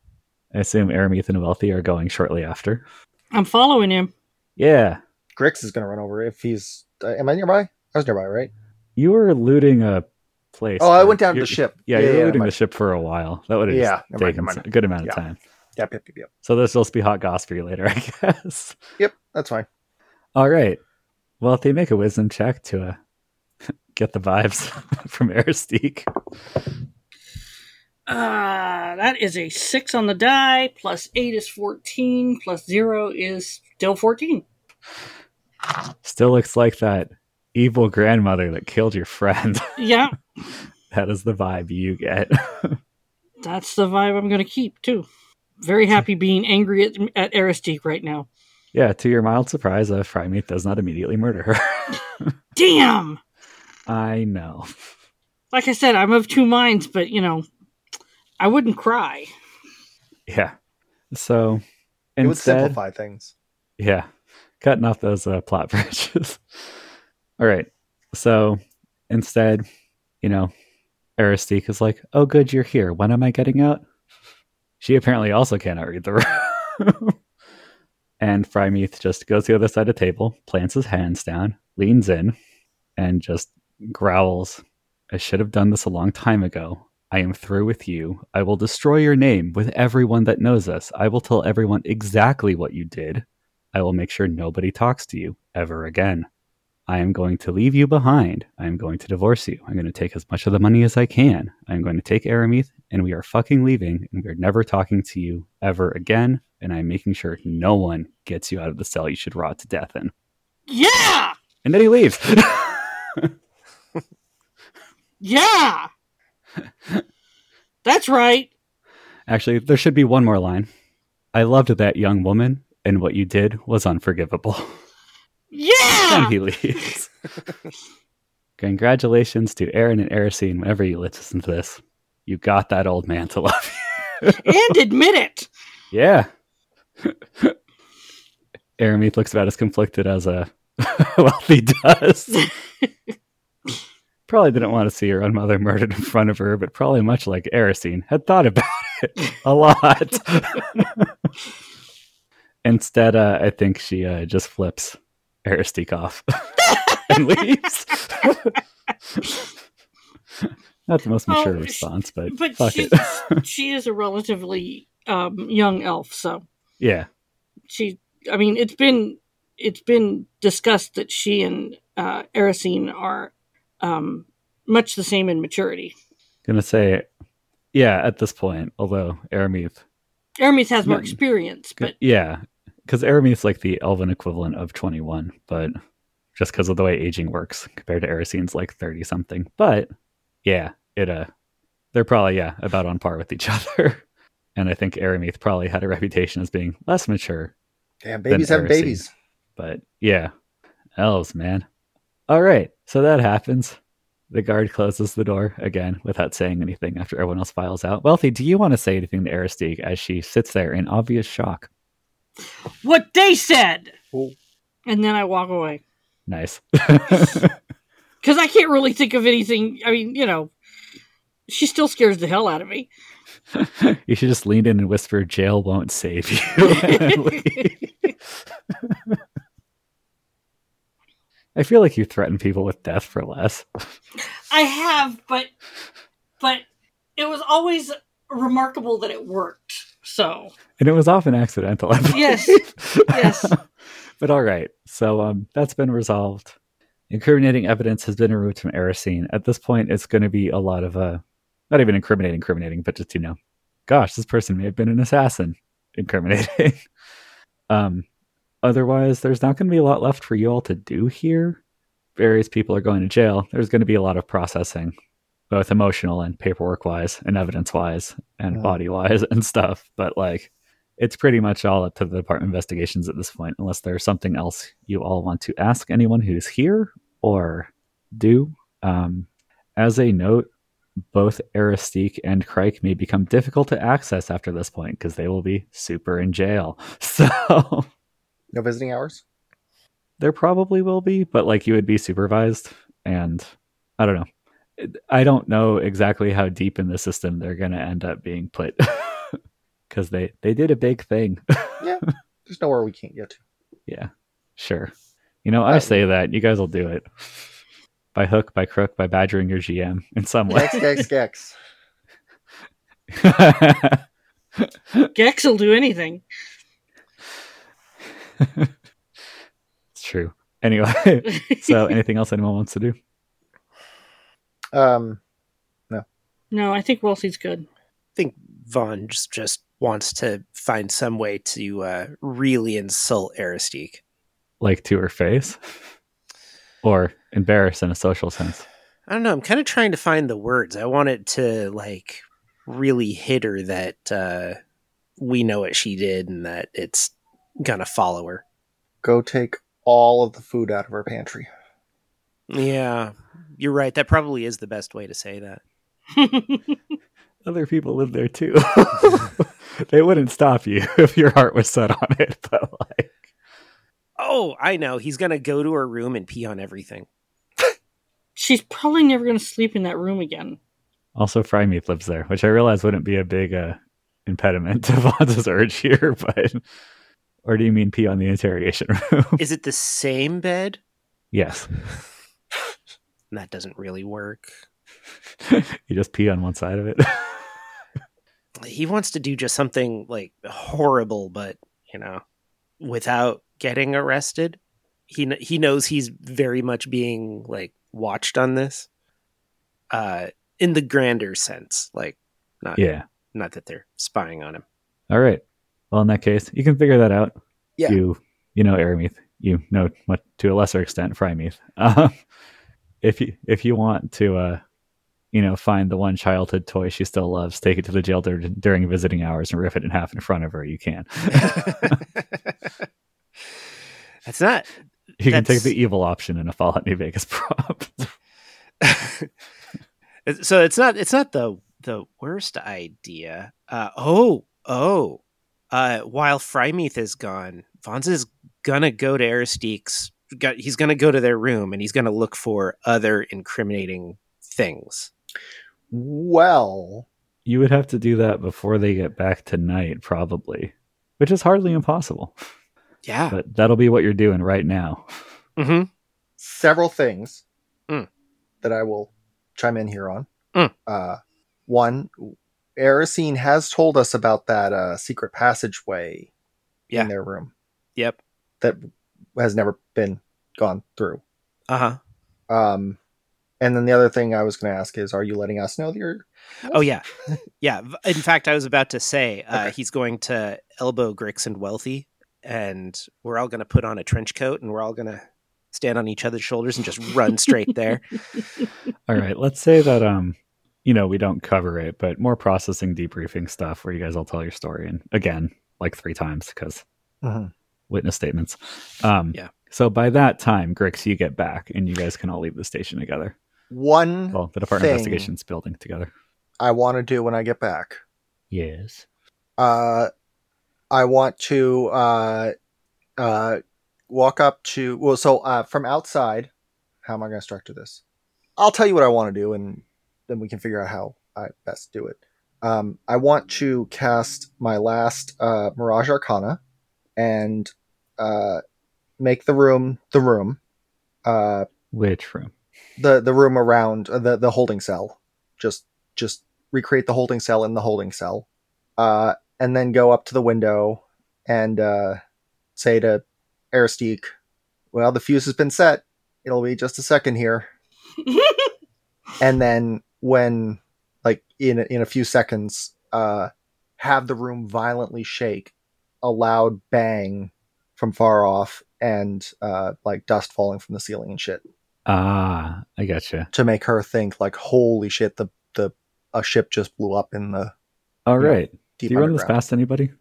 [SPEAKER 1] I assume Arameath and Wealthy are going shortly after.
[SPEAKER 3] I'm following him.
[SPEAKER 1] Yeah.
[SPEAKER 4] Grix is going to run over if he's. Uh, am I nearby? I was nearby, right?
[SPEAKER 1] You were looting a place.
[SPEAKER 4] Oh, I
[SPEAKER 1] but
[SPEAKER 4] went down to the
[SPEAKER 1] you're-
[SPEAKER 4] ship.
[SPEAKER 1] Yeah, you're looting
[SPEAKER 4] never
[SPEAKER 1] the
[SPEAKER 4] mind.
[SPEAKER 1] ship for a while. That would have
[SPEAKER 4] Yeah, never mind,
[SPEAKER 1] taken
[SPEAKER 4] never mind.
[SPEAKER 1] a good amount
[SPEAKER 4] Yeah.
[SPEAKER 1] of time.
[SPEAKER 4] Yep, yep, yep, yep.
[SPEAKER 1] So this will just be hot goss for you later, I guess.
[SPEAKER 4] Yep, that's fine.
[SPEAKER 1] All right. Well, if they make a wisdom check to uh, get the vibes from Aristique,
[SPEAKER 3] Uh, that is a six on the die, plus eight is 14, plus zero is still 14.
[SPEAKER 1] still looks like that evil grandmother that killed your friend.
[SPEAKER 3] Yeah,
[SPEAKER 1] that is the vibe you get.
[SPEAKER 3] that's the vibe I'm going to keep, too. Very happy being angry at, at Aristique right now.
[SPEAKER 1] yeah, to your mild surprise, uh, Frymeat does not immediately murder her.
[SPEAKER 3] Damn!
[SPEAKER 1] I know.
[SPEAKER 3] Like I said, I'm of two minds, but, you know, I wouldn't cry.
[SPEAKER 1] Yeah. So
[SPEAKER 4] It would
[SPEAKER 1] instead,
[SPEAKER 4] simplify things.
[SPEAKER 1] Yeah. Cutting off those uh, plot branches. All right. So instead, you know, Aristique is like, oh, good, you're here. When am I getting out? She apparently also cannot read the room. and Frymeath just goes to the other side of the table, plants his hands down, leans in, and just growls, I should have done this a long time ago. I am through with you. I will destroy your name with everyone that knows us. I will tell everyone exactly what you did. I will make sure nobody talks to you ever again. I am going to leave you behind. I am going to divorce you. I'm going to take as much of the money as I can. I am going to take Aramith, and we are fucking leaving, and we are never talking to you ever again. And I'm making sure no one gets you out of the cell you should rot to death in.
[SPEAKER 3] Yeah!
[SPEAKER 1] And then he leaves.
[SPEAKER 3] Yeah! That's right.
[SPEAKER 1] Actually, there should be one more line. I loved that young woman, and what you did was unforgivable.
[SPEAKER 3] Yeah!
[SPEAKER 1] and he leaves. Congratulations to Aaron and Erosine, whenever you listen to this. You got that old man to love
[SPEAKER 3] and admit it.
[SPEAKER 1] you. Yeah. Arameeth looks about as conflicted as a wealthy does. probably didn't want to see her own mother murdered in front of her, but probably much like Erosine, had thought about it a lot. Instead, uh, I think she uh, just flips Aristique off and leaves. Not the most mature
[SPEAKER 3] Oh, sh-
[SPEAKER 1] response, but,
[SPEAKER 3] but
[SPEAKER 1] fuck
[SPEAKER 3] she's-
[SPEAKER 1] it.
[SPEAKER 3] she is a relatively um, young elf, so
[SPEAKER 1] yeah,
[SPEAKER 3] she. I mean, it's been it's been discussed that she and uh, Erisine are um, much the same in maturity.
[SPEAKER 1] gonna say, yeah. At this point, although Aramis,
[SPEAKER 3] Aramis has more
[SPEAKER 1] Mm.
[SPEAKER 3] experience, but
[SPEAKER 1] yeah, because Aramis like the elven equivalent of twenty one, but just because of the way aging works compared to Arisine's like thirty something. But yeah, it uh, they're probably yeah about on par with each other. And I think Aramis probably had a reputation as being less mature
[SPEAKER 4] Damn,
[SPEAKER 1] Then
[SPEAKER 4] babies have
[SPEAKER 1] heresy.
[SPEAKER 4] babies.
[SPEAKER 1] But yeah, elves, man. All right, so that happens. The guard closes the door again without saying anything after everyone else files out. Wealthy, do you want to say anything to Aristique as she sits there in obvious shock?
[SPEAKER 3] what they said.
[SPEAKER 4] Cool.
[SPEAKER 3] And then I walk away
[SPEAKER 1] Nice.
[SPEAKER 3] because I can't really think of anything. I mean, you know, she still scares the hell out of me.
[SPEAKER 1] you should just lean in and whisper, jail won't save you. and leave. I feel like you threaten people with death for less.
[SPEAKER 3] I have, but but it was always remarkable that it worked. So
[SPEAKER 1] And it was often accidental. I believe.
[SPEAKER 3] Yes. Yes.
[SPEAKER 1] but all right. So um, that's been resolved. Incriminating evidence has been removed from Erosine. At this point, it's going to be a lot of, uh, not even incriminating, incriminating, but just, you know, gosh, this person may have been an assassin. Incriminating. um, otherwise, there's not going to be a lot left for you all to do here. Various people are going to jail. There's going to be a lot of processing, both emotional and paperwork wise, and evidence wise, and
[SPEAKER 4] Mm.
[SPEAKER 1] body wise, and stuff. But like, it's pretty much all up to the department of investigations at this point, unless there's something else you all want to ask anyone who's here or do. Um, as a note, both Aristique and Crike may become difficult to access after this point because they will be super in jail. So
[SPEAKER 4] No visiting hours.
[SPEAKER 1] there probably will be, but like you would be supervised, and I don't know. I don't know exactly how deep in the system they're going to end up being put because they they did a big thing.
[SPEAKER 4] There's nowhere we can't get to.
[SPEAKER 1] Yeah, sure. You know, I
[SPEAKER 4] Right.
[SPEAKER 1] say that you guys will do it by hook, by crook, by badgering your GM in some way.
[SPEAKER 4] Gex, gex, gex.
[SPEAKER 3] Gex will do anything.
[SPEAKER 1] it's true. Anyway, so anything else anyone wants to do?
[SPEAKER 4] Um,
[SPEAKER 3] no, I think Wolsey's good.
[SPEAKER 2] think Vaughn just, just wants to find some way to uh, really insult Aristique.
[SPEAKER 1] Like to her face, or embarrass in a social sense?
[SPEAKER 2] I don't know. I'm kind of trying to find the words. I want it to like really hit her that uh, we know what she did and that it's gonna follow her.
[SPEAKER 4] go take all of the food out of her pantry.
[SPEAKER 2] Yeah, you're right. That probably is the best way to say that.
[SPEAKER 1] Other people live there too. they wouldn't stop you if your heart was set on it. But like,
[SPEAKER 2] Oh, I know. He's gonna go to her room and pee on everything.
[SPEAKER 3] She's probably never going to sleep in that room again.
[SPEAKER 1] also, Frymeath lives there, which I realize wouldn't be a big uh, impediment to Vonza's urge here. But or do you mean pee on the interrogation room?
[SPEAKER 2] Is it the same bed?
[SPEAKER 1] Yes.
[SPEAKER 2] That doesn't really work.
[SPEAKER 1] you just pee on one side of it.
[SPEAKER 2] He wants to do just something like horrible, but you know, without getting arrested. He kn- he knows he's very much being like watched on this, uh, in the grander sense. Like, not
[SPEAKER 1] yeah.
[SPEAKER 2] not that they're spying on him.
[SPEAKER 1] All right. Well, in that case, you can figure that out.
[SPEAKER 2] Yeah.
[SPEAKER 1] You you know Arameath. You know what to a lesser extent Frymeath. Um, if you if you want to uh you know find the one childhood toy she still loves, take it to the jail dur- during visiting hours and rip it in half in front of her, you can.
[SPEAKER 2] That's not.
[SPEAKER 1] You can take
[SPEAKER 2] That's-
[SPEAKER 1] the evil option in a Fallout New Vegas prop.
[SPEAKER 2] It's- so it's not it's not the the worst idea. Uh, oh oh, uh, while Frymeath is gone, Fonz is gonna go to Aristique's. Got, he's gonna go to their room and he's gonna look for other incriminating things.
[SPEAKER 4] Well,
[SPEAKER 1] you would have to do that before they get back tonight, probably. Which is hardly impossible.
[SPEAKER 2] Yeah.
[SPEAKER 1] But that'll be what you're doing right now.
[SPEAKER 2] Mm-hmm.
[SPEAKER 4] several things
[SPEAKER 2] Mm.
[SPEAKER 4] that I will chime in here on.
[SPEAKER 2] Mm.
[SPEAKER 4] Uh, one, Aracene has told us about that uh, secret passageway
[SPEAKER 2] Yeah.
[SPEAKER 4] in their room
[SPEAKER 2] Yep.
[SPEAKER 4] that has never been gone through.
[SPEAKER 2] Uh huh.
[SPEAKER 4] Um, and then the other thing I was going to ask is, are you letting us know that you're?
[SPEAKER 2] Oh yeah, yeah. V- In fact, I was about to say uh,
[SPEAKER 4] Okay.
[SPEAKER 2] he's going to elbow Grix and Wealthy, and we're all going to put on a trench coat, and we're all going to stand on each other's shoulders and just run straight there.
[SPEAKER 1] All right, let's say that um, you know, we don't cover it, but more processing debriefing stuff where you guys all tell your story and again, like three times because Mm-hmm. witness statements. Um,
[SPEAKER 2] Yeah.
[SPEAKER 1] So by that time, Grix, you get back and you guys can all leave the station together.
[SPEAKER 4] One
[SPEAKER 1] Well, the Department of
[SPEAKER 4] Thing.
[SPEAKER 1] Investigations building together.
[SPEAKER 4] I want to do when I get back.
[SPEAKER 1] Yes.
[SPEAKER 4] uh, I want to uh, uh, walk up to well, so uh, from outside. How am I going to structure this? I'll tell you what I want to do, and then we can figure out how I best do it. Um, I want to cast my last uh, Mirage Arcana and uh, make the room the room, uh,
[SPEAKER 1] Which room?
[SPEAKER 4] the the room around uh, the the holding cell. Just just recreate the holding cell in the holding cell, uh, and then go up to the window and uh, say to Aristique, "Well, the fuse has been set. It'll be just a second here." and then when like in a- in a few seconds, uh, have the room violently shake, a loud bang from far off, and uh, like dust falling from the ceiling and shit
[SPEAKER 1] Ah, I gotcha.
[SPEAKER 4] to make her think like, holy shit, the the a ship just blew up in the
[SPEAKER 1] All
[SPEAKER 4] Yeah.
[SPEAKER 1] right.
[SPEAKER 4] deep
[SPEAKER 1] Do you run this
[SPEAKER 4] underground.
[SPEAKER 1] past anybody?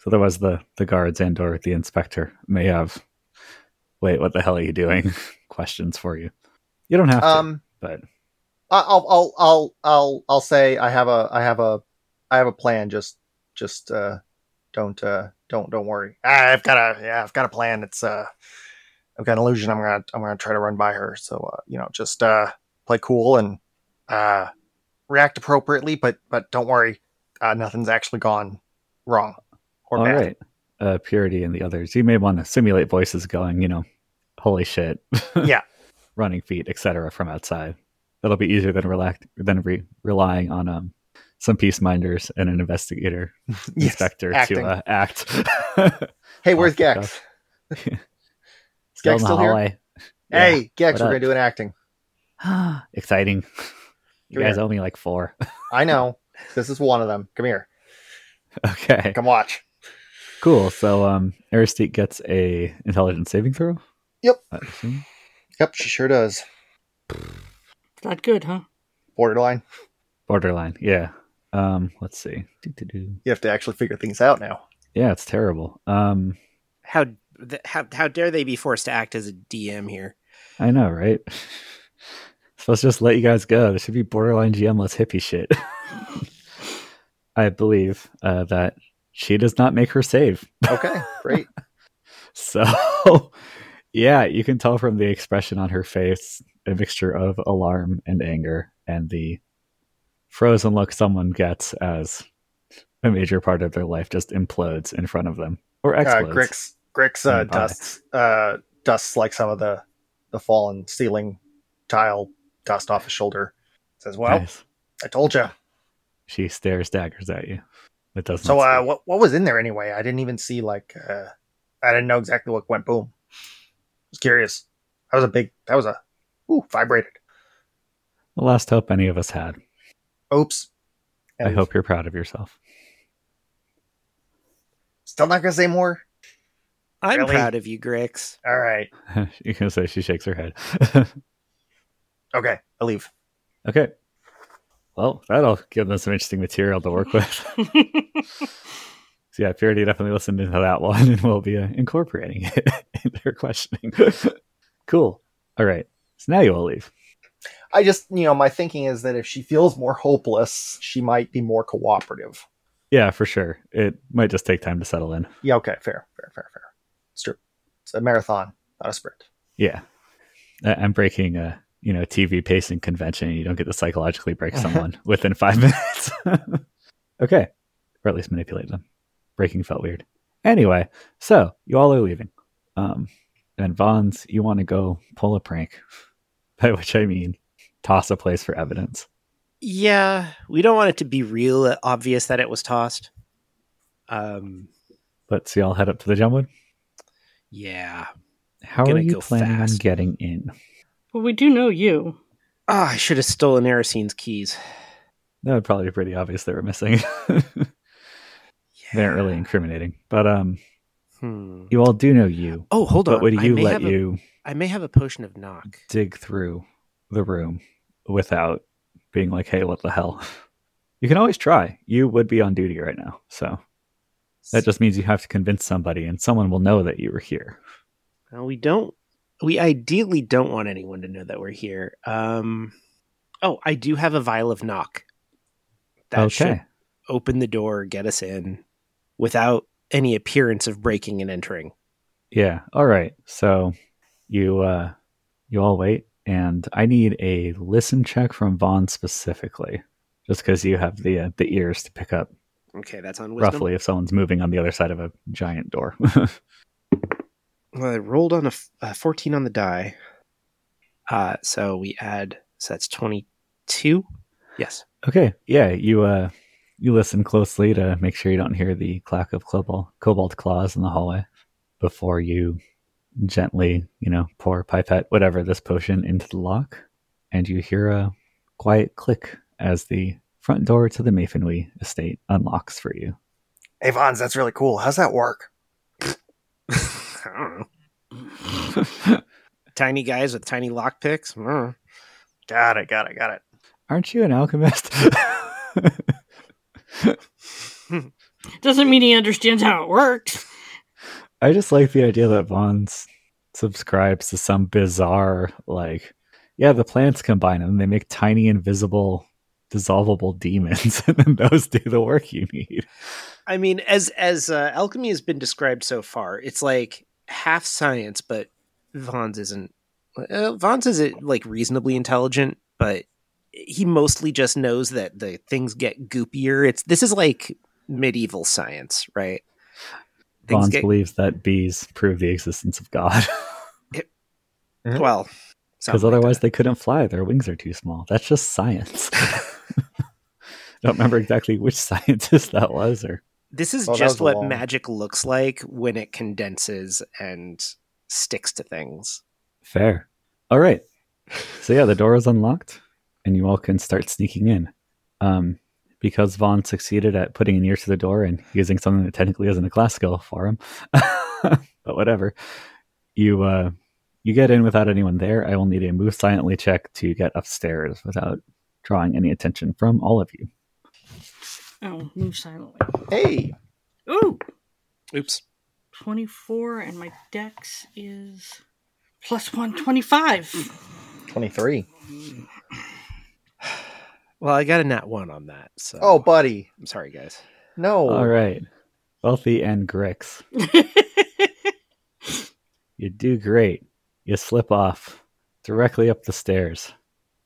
[SPEAKER 1] So there was the the guards and or the inspector may have. Wait, what the hell are you doing? Questions for you. You don't have to,
[SPEAKER 4] Um,
[SPEAKER 1] but
[SPEAKER 4] I- I'll I'll I'll I'll I'll say I have a I have a I have a plan. Just just uh, don't uh, don't don't worry. I've got a yeah I've got a plan. It's uh, I've got an illusion. I'm gonna I'm gonna try to run by her. So uh, you know, just uh, play cool and uh, react appropriately. But but don't worry, uh, nothing's actually gone wrong or
[SPEAKER 1] all
[SPEAKER 4] bad.
[SPEAKER 1] right. Uh, Purity and the others. You may want to simulate voices going, you know, holy shit.
[SPEAKER 4] Yeah.
[SPEAKER 1] Running feet, etc. from outside. That'll be easier than relax than re- relying on um some peace minders and an investigator
[SPEAKER 4] Yes,
[SPEAKER 1] inspector
[SPEAKER 4] acting.
[SPEAKER 1] to uh, act.
[SPEAKER 4] Hey, where's
[SPEAKER 1] Off the
[SPEAKER 4] Gex?
[SPEAKER 1] cuff.
[SPEAKER 4] Is Gex still here? Hey, Gex,
[SPEAKER 1] what
[SPEAKER 4] we're
[SPEAKER 1] up?
[SPEAKER 4] gonna do an acting.
[SPEAKER 1] Yeah. Exciting. You
[SPEAKER 4] Come
[SPEAKER 1] guys
[SPEAKER 4] here.
[SPEAKER 1] owe me like four.
[SPEAKER 4] I know. This is one of them. Come here.
[SPEAKER 1] okay.
[SPEAKER 4] Come watch.
[SPEAKER 1] Cool. So um Aristique gets a intelligence saving throw.
[SPEAKER 4] Yep.
[SPEAKER 1] I assume.
[SPEAKER 4] Yep, she sure does.
[SPEAKER 3] Not good, huh?
[SPEAKER 4] Borderline.
[SPEAKER 1] Borderline. Yeah. Um, let's see. Doo-doo-doo.
[SPEAKER 4] You have to actually figure things out now.
[SPEAKER 1] Yeah, it's terrible. Um
[SPEAKER 2] How th- how how dare they be forced to act as a DM here?
[SPEAKER 1] I know, right? Supposed to just let you guys go. There should be borderline GM less hippie shit. I believe uh, that she does not make her save.
[SPEAKER 4] Okay, great.
[SPEAKER 1] So, yeah, you can tell from the expression on her face a mixture of alarm and anger, and the frozen look someone gets as a major part of their life just implodes in front of them or
[SPEAKER 4] Uh,
[SPEAKER 1] explodes.
[SPEAKER 4] Grix Grix uh,
[SPEAKER 1] And pie.
[SPEAKER 4] dusts uh, dusts like some of the the fallen ceiling tile dust off his shoulder. Says, "Well,
[SPEAKER 1] Nice.
[SPEAKER 4] I told you.
[SPEAKER 1] she stares daggers at you. It doesn't.
[SPEAKER 4] So, uh, what what was in there anyway? I didn't even see like uh, I didn't know exactly what went boom. I was curious. That was a big. That was a ooh vibrated.
[SPEAKER 1] the last hope any of us had.
[SPEAKER 4] Oops.
[SPEAKER 1] I hope you're proud of yourself.
[SPEAKER 4] Still not gonna say more.
[SPEAKER 2] I'm
[SPEAKER 4] Really?
[SPEAKER 2] proud of you, Grix.
[SPEAKER 4] All right.
[SPEAKER 1] you can say she shakes her head.
[SPEAKER 4] Okay, I leave.
[SPEAKER 1] okay. Well, that'll give them some interesting material to work with. So yeah, Purity definitely listened into that one and will be uh, incorporating it in their questioning. cool. All right. So now you all leave.
[SPEAKER 4] I just, you know, my thinking is that if she feels more hopeless, she might be more cooperative.
[SPEAKER 1] Yeah, for sure. It might just take time to settle in.
[SPEAKER 4] Yeah, okay, fair, fair, fair, fair. It's true. It's a marathon, not a sprint.
[SPEAKER 1] Yeah. I- I'm breaking a, you know, TV pacing convention. You don't get to psychologically break someone within five minutes. okay. Or at least manipulate them. Breaking felt weird. Anyway, so you all are leaving. Um, and Vons, you want to go pull a prank, by which I mean toss a place for evidence.
[SPEAKER 2] Yeah, we don't want it to be real obvious that it was tossed. Um,
[SPEAKER 1] But so you all head up to the Gemwood.
[SPEAKER 2] yeah.
[SPEAKER 1] How are
[SPEAKER 2] Gonna
[SPEAKER 1] you
[SPEAKER 2] go
[SPEAKER 1] planning on
[SPEAKER 2] fast.
[SPEAKER 1] getting in?
[SPEAKER 3] Well, we do know you.
[SPEAKER 2] Ah, I should have stolen Erisine's keys.
[SPEAKER 1] That would probably be pretty obvious they were missing. they aren't really incriminating. But um,
[SPEAKER 2] Hmm.
[SPEAKER 1] you all do know you.
[SPEAKER 2] Oh, hold on.
[SPEAKER 1] but would
[SPEAKER 2] I
[SPEAKER 1] you
[SPEAKER 2] may
[SPEAKER 1] let
[SPEAKER 2] have a-
[SPEAKER 1] you
[SPEAKER 2] I may have a potion of knock.
[SPEAKER 1] dig through the room without being like, hey, what the hell? You can always try. You would be on duty right now. So that just means you have to convince somebody, and someone will know that you were here.
[SPEAKER 2] Uh, we don't. We ideally don't want anyone to know that we're here. Um. Oh, I do have a vial of knock. That
[SPEAKER 1] okay.
[SPEAKER 2] should open the door, get us in, without any appearance of breaking and entering.
[SPEAKER 1] Yeah. All right. So you uh you all wait and I need a listen check from Vaughn specifically just cuz you have the uh, the ears to pick up
[SPEAKER 2] Okay, that's on wisdom.
[SPEAKER 1] roughly if someone's moving on the other side of a giant door.
[SPEAKER 2] Well, I rolled on a, f- a 14 on the die. Uh, so we add, so that's 22. Yes.
[SPEAKER 1] okay. Yeah, you uh you listen closely to make sure you don't hear the clack of cobalt cobalt claws in the hallway before you gently, you know, pour pipette whatever this potion into the lock and you hear a quiet click as the front door to the Mayfinwee estate unlocks for you.
[SPEAKER 4] Hey, Vons, that's really cool. How's that work?
[SPEAKER 2] I don't know. Tiny guys with tiny lockpicks. Mm.
[SPEAKER 4] Got it, got it, got it.
[SPEAKER 1] Aren't you an alchemist?
[SPEAKER 3] Doesn't mean he understands how it works.
[SPEAKER 1] I just like the idea that Vaughn's subscribes to some bizarre, like, yeah, the plants combine them. They make tiny, invisible, dissolvable demons, and then those do the work you need.
[SPEAKER 2] I mean, as as uh, alchemy has been described so far, it's like half science, but Vons isn't. Uh, Vons is uh, like reasonably intelligent, but he mostly just knows that the things get goopier. It's this is like medieval science, right? Things
[SPEAKER 1] Vaughn's
[SPEAKER 2] get
[SPEAKER 1] believes that bees prove the existence of God
[SPEAKER 4] Mhm.
[SPEAKER 2] well
[SPEAKER 1] because otherwise they couldn't fly. Their wings are too small. That's just science. Don't remember exactly which scientist that was or
[SPEAKER 2] this is
[SPEAKER 4] Oh, that was
[SPEAKER 2] just
[SPEAKER 4] a
[SPEAKER 2] what
[SPEAKER 4] long-
[SPEAKER 2] magic looks like when it condenses and sticks to things
[SPEAKER 1] Fair. All right. So yeah, the door is unlocked, and you all can start sneaking in. Um, because Vaughn succeeded at putting an ear to the door and using something that technically isn't a class skill for him, but whatever. You uh, you get in without anyone there. I will need a move silently check to get upstairs without drawing any attention from all of you.
[SPEAKER 3] Oh, move silently.
[SPEAKER 4] Hey,
[SPEAKER 3] Ooh,
[SPEAKER 2] oops
[SPEAKER 3] 24, and my dex is plus 125.
[SPEAKER 4] 23.
[SPEAKER 2] well i got a nat one on that so
[SPEAKER 4] Oh, buddy.
[SPEAKER 2] i'm sorry guys
[SPEAKER 4] No.
[SPEAKER 1] All right, Wealthy and Grix, You do great. You slip off directly up the stairs.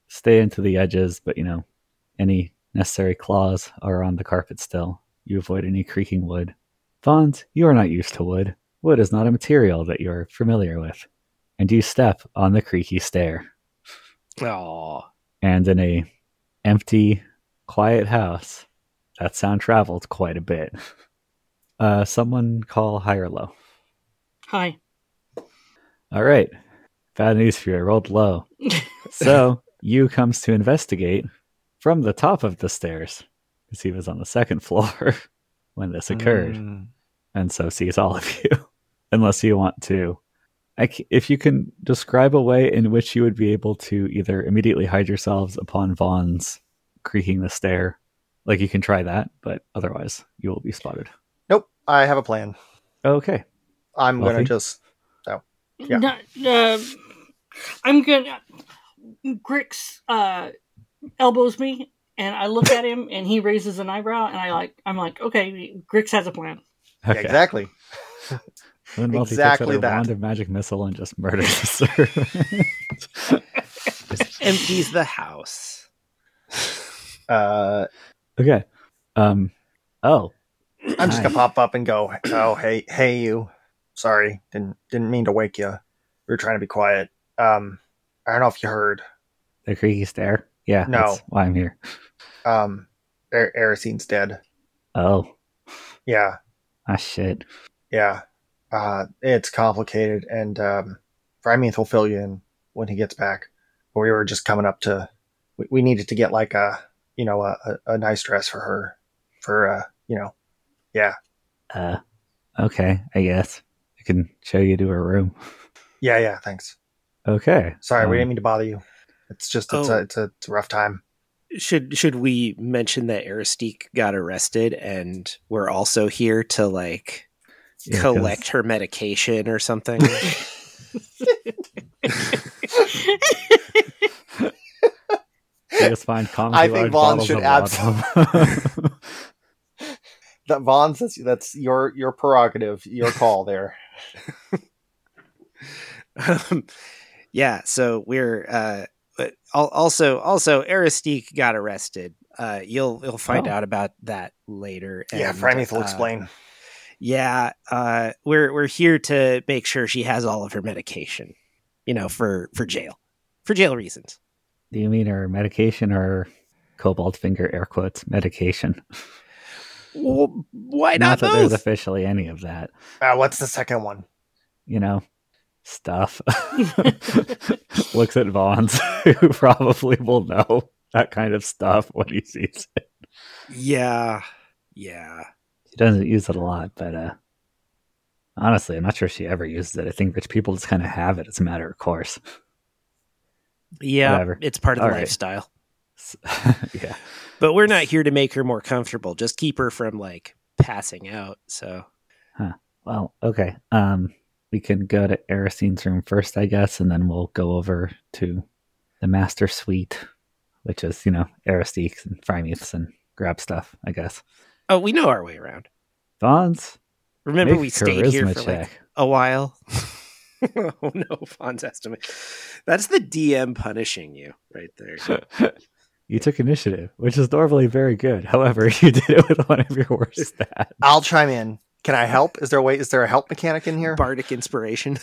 [SPEAKER 1] Stay into the edges, but you know, any necessary claws are on the carpet still. You avoid any creaking wood. Fons, you are not used to wood. Wood is not a material that you are familiar with. And you step on the creaky stair.
[SPEAKER 2] oh
[SPEAKER 1] And in a empty, quiet house, that sound traveled quite a bit. Uh, someone call high or low.
[SPEAKER 3] Hi.
[SPEAKER 1] All right. Bad news for you. I rolled low. So you comes to investigate from the top of the stairs because he was on the second floor when this occurred,
[SPEAKER 4] Mm.
[SPEAKER 1] and so sees all of you. Unless you want to, I c- if you can describe a way in which you would be able to either immediately hide yourselves upon Vaughn's creaking the stair, like you can try that, but otherwise you will be spotted.
[SPEAKER 4] Nope, I have a plan.
[SPEAKER 1] Okay,
[SPEAKER 4] I'm going
[SPEAKER 1] Wealthy?
[SPEAKER 4] to just. Yeah.
[SPEAKER 3] Not, uh, I'm gonna. Grix uh, elbows me, and I look at him, and he raises an eyebrow, and I like. I'm like, okay, Grix has a plan.
[SPEAKER 1] okay.
[SPEAKER 4] Yeah, exactly.
[SPEAKER 1] Then Wealthy takes out
[SPEAKER 4] exactly
[SPEAKER 1] her
[SPEAKER 4] that.
[SPEAKER 1] wand of magic missile and just murders the servant.
[SPEAKER 2] just empties the house
[SPEAKER 4] Uh,
[SPEAKER 1] Okay. Um. Oh,
[SPEAKER 4] I'm just gonna pop up and go. Oh, hey, hey, you. Sorry, didn't didn't mean to wake you. We were trying to be quiet. Um, I don't know if you heard.
[SPEAKER 1] The creaky stair. Yeah,
[SPEAKER 4] No.
[SPEAKER 1] that's why I'm here.
[SPEAKER 4] Um, er- Erisine's dead.
[SPEAKER 1] Oh,
[SPEAKER 4] Yeah,
[SPEAKER 1] ah, shit.
[SPEAKER 4] yeah. Uh, it's complicated, and um, Frymeath will fill you in when he gets back. But we were just coming up to. We, we needed to get like a you know a, a, a nice dress for her, for uh you know
[SPEAKER 1] Uh, okay, I guess I can show you to her room.
[SPEAKER 4] yeah yeah thanks.
[SPEAKER 1] Okay.
[SPEAKER 4] Sorry, we
[SPEAKER 1] um,
[SPEAKER 4] didn't mean to bother you. It's just it's
[SPEAKER 2] Oh.
[SPEAKER 4] a it's a, it's a rough time.
[SPEAKER 2] Should should we mention that Aristique got arrested and we're also here to like
[SPEAKER 1] yeah, 'cause-
[SPEAKER 2] collect her medication or something?
[SPEAKER 1] You just find comically
[SPEAKER 4] I think Vaughn
[SPEAKER 1] large
[SPEAKER 4] should
[SPEAKER 1] bottles of laudanum.
[SPEAKER 4] That Vaughn's that's, that's your your prerogative, your call there.
[SPEAKER 2] um, yeah, so we're uh but al- also also Aristique got arrested. Uh you'll you'll find
[SPEAKER 1] Oh.
[SPEAKER 2] out about that later.
[SPEAKER 4] yeah,
[SPEAKER 2] and,
[SPEAKER 4] Frymeath will
[SPEAKER 2] uh,
[SPEAKER 4] explain.
[SPEAKER 2] yeah uh we're we're here to make sure she has all of her medication you know for for jail for jail reasons
[SPEAKER 1] Do you mean her medication or cobalt finger air quotes medication?
[SPEAKER 2] well, why
[SPEAKER 1] Not
[SPEAKER 2] not,
[SPEAKER 1] that
[SPEAKER 2] both
[SPEAKER 1] there's officially any of that.
[SPEAKER 4] Uh, what's the second one?
[SPEAKER 1] You know, stuff. Looks at Vaughn's, who probably will know that kind of stuff when he sees it.
[SPEAKER 2] yeah yeah
[SPEAKER 1] He doesn't use it a lot, but uh, honestly, I'm not sure she ever uses it. I think rich people just kind of have it as a matter of course.
[SPEAKER 2] yeah
[SPEAKER 1] Whatever.
[SPEAKER 2] it's part of
[SPEAKER 1] All
[SPEAKER 2] the
[SPEAKER 1] right.
[SPEAKER 2] lifestyle
[SPEAKER 1] S- yeah.
[SPEAKER 2] but we're not here to make her more comfortable just keep her from like passing out so
[SPEAKER 1] Well, okay. Um, we can go to Aristine's room first, I guess, and then we'll go over to the master suite, which is you know Aristides and Frymeaths and grab stuff, I guess.
[SPEAKER 2] oh we know our way around
[SPEAKER 1] Vaughn's.
[SPEAKER 2] remember
[SPEAKER 1] make
[SPEAKER 2] we
[SPEAKER 1] a
[SPEAKER 2] stayed here
[SPEAKER 1] charisma
[SPEAKER 2] for like a while oh no Fonz estimate that's the dm punishing you right there
[SPEAKER 1] you took initiative, which is normally very good. However, you did it with one of your worst stats.
[SPEAKER 4] I'll chime in. Can I help? Is there a way? Is there a help mechanic in here?
[SPEAKER 2] bardic inspiration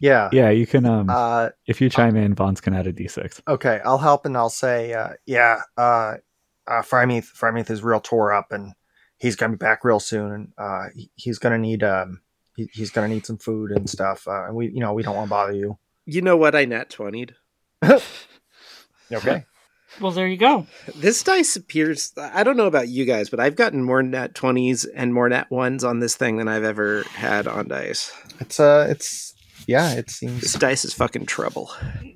[SPEAKER 4] Yeah.
[SPEAKER 1] Yeah, you can. Um,
[SPEAKER 4] Uh,
[SPEAKER 1] if you chime in, Vaughn's can add a d6.
[SPEAKER 4] Okay, I'll help and I'll say, uh, yeah, uh, uh, Frymeath, Frymeath is real tore up and he's going to be back real soon. And, uh, he- he's going to need, um, he, he's going to need some food and stuff. Uh, and we, you know, we don't want to bother you.
[SPEAKER 2] You know what I nat 20'd?
[SPEAKER 4] Okay.
[SPEAKER 3] well, there you go.
[SPEAKER 2] This dice appears I don't know about you guys, but I've gotten more nat 20s and more nat 1s on this thing than I've ever had on dice.
[SPEAKER 4] It's, uh, it's, yeah, it
[SPEAKER 2] This
[SPEAKER 4] seems.
[SPEAKER 2] dice is fucking trouble.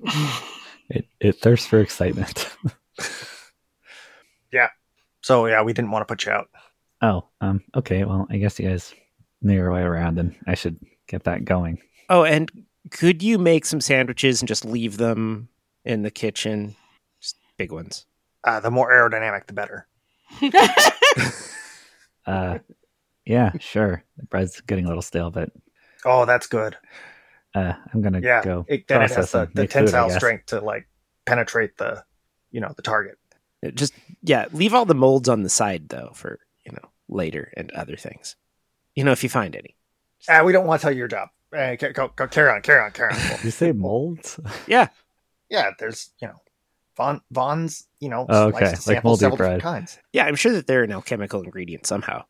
[SPEAKER 1] It, it thirsts for excitement.
[SPEAKER 4] So, yeah, we didn't want to put you out.
[SPEAKER 1] oh, um, okay. Well, I guess you guys knew your way around, and I should get that going.
[SPEAKER 2] Oh, and could you make some sandwiches and just leave them in the kitchen? Just big ones.
[SPEAKER 4] Uh, the more aerodynamic, the better.
[SPEAKER 1] Uh, yeah, sure. The bread's getting a little stale, but
[SPEAKER 4] Oh, that's good.
[SPEAKER 1] uh, I'm gonna
[SPEAKER 4] Yeah.
[SPEAKER 1] go.
[SPEAKER 4] It, then it has
[SPEAKER 1] process
[SPEAKER 4] the,
[SPEAKER 1] and
[SPEAKER 4] the
[SPEAKER 1] make food, I
[SPEAKER 4] tensile
[SPEAKER 1] guess.
[SPEAKER 4] strength to like penetrate the, you know, the target.
[SPEAKER 2] Just yeah, leave all the molds on the side though for, you know, later and other things. You know, if you find any.
[SPEAKER 4] Ah, we don't want to tell you your job. Uh, ca- go, go, carry on, carry on, carry on.
[SPEAKER 1] Did you say molds?
[SPEAKER 4] yeah, there's you know, Von Von's you know,
[SPEAKER 1] Oh, okay,
[SPEAKER 4] slices
[SPEAKER 1] like
[SPEAKER 4] samples
[SPEAKER 1] moldy
[SPEAKER 4] several different
[SPEAKER 1] bread.
[SPEAKER 4] kinds.
[SPEAKER 2] Yeah, I'm sure that they're an alchemical ingredient somehow.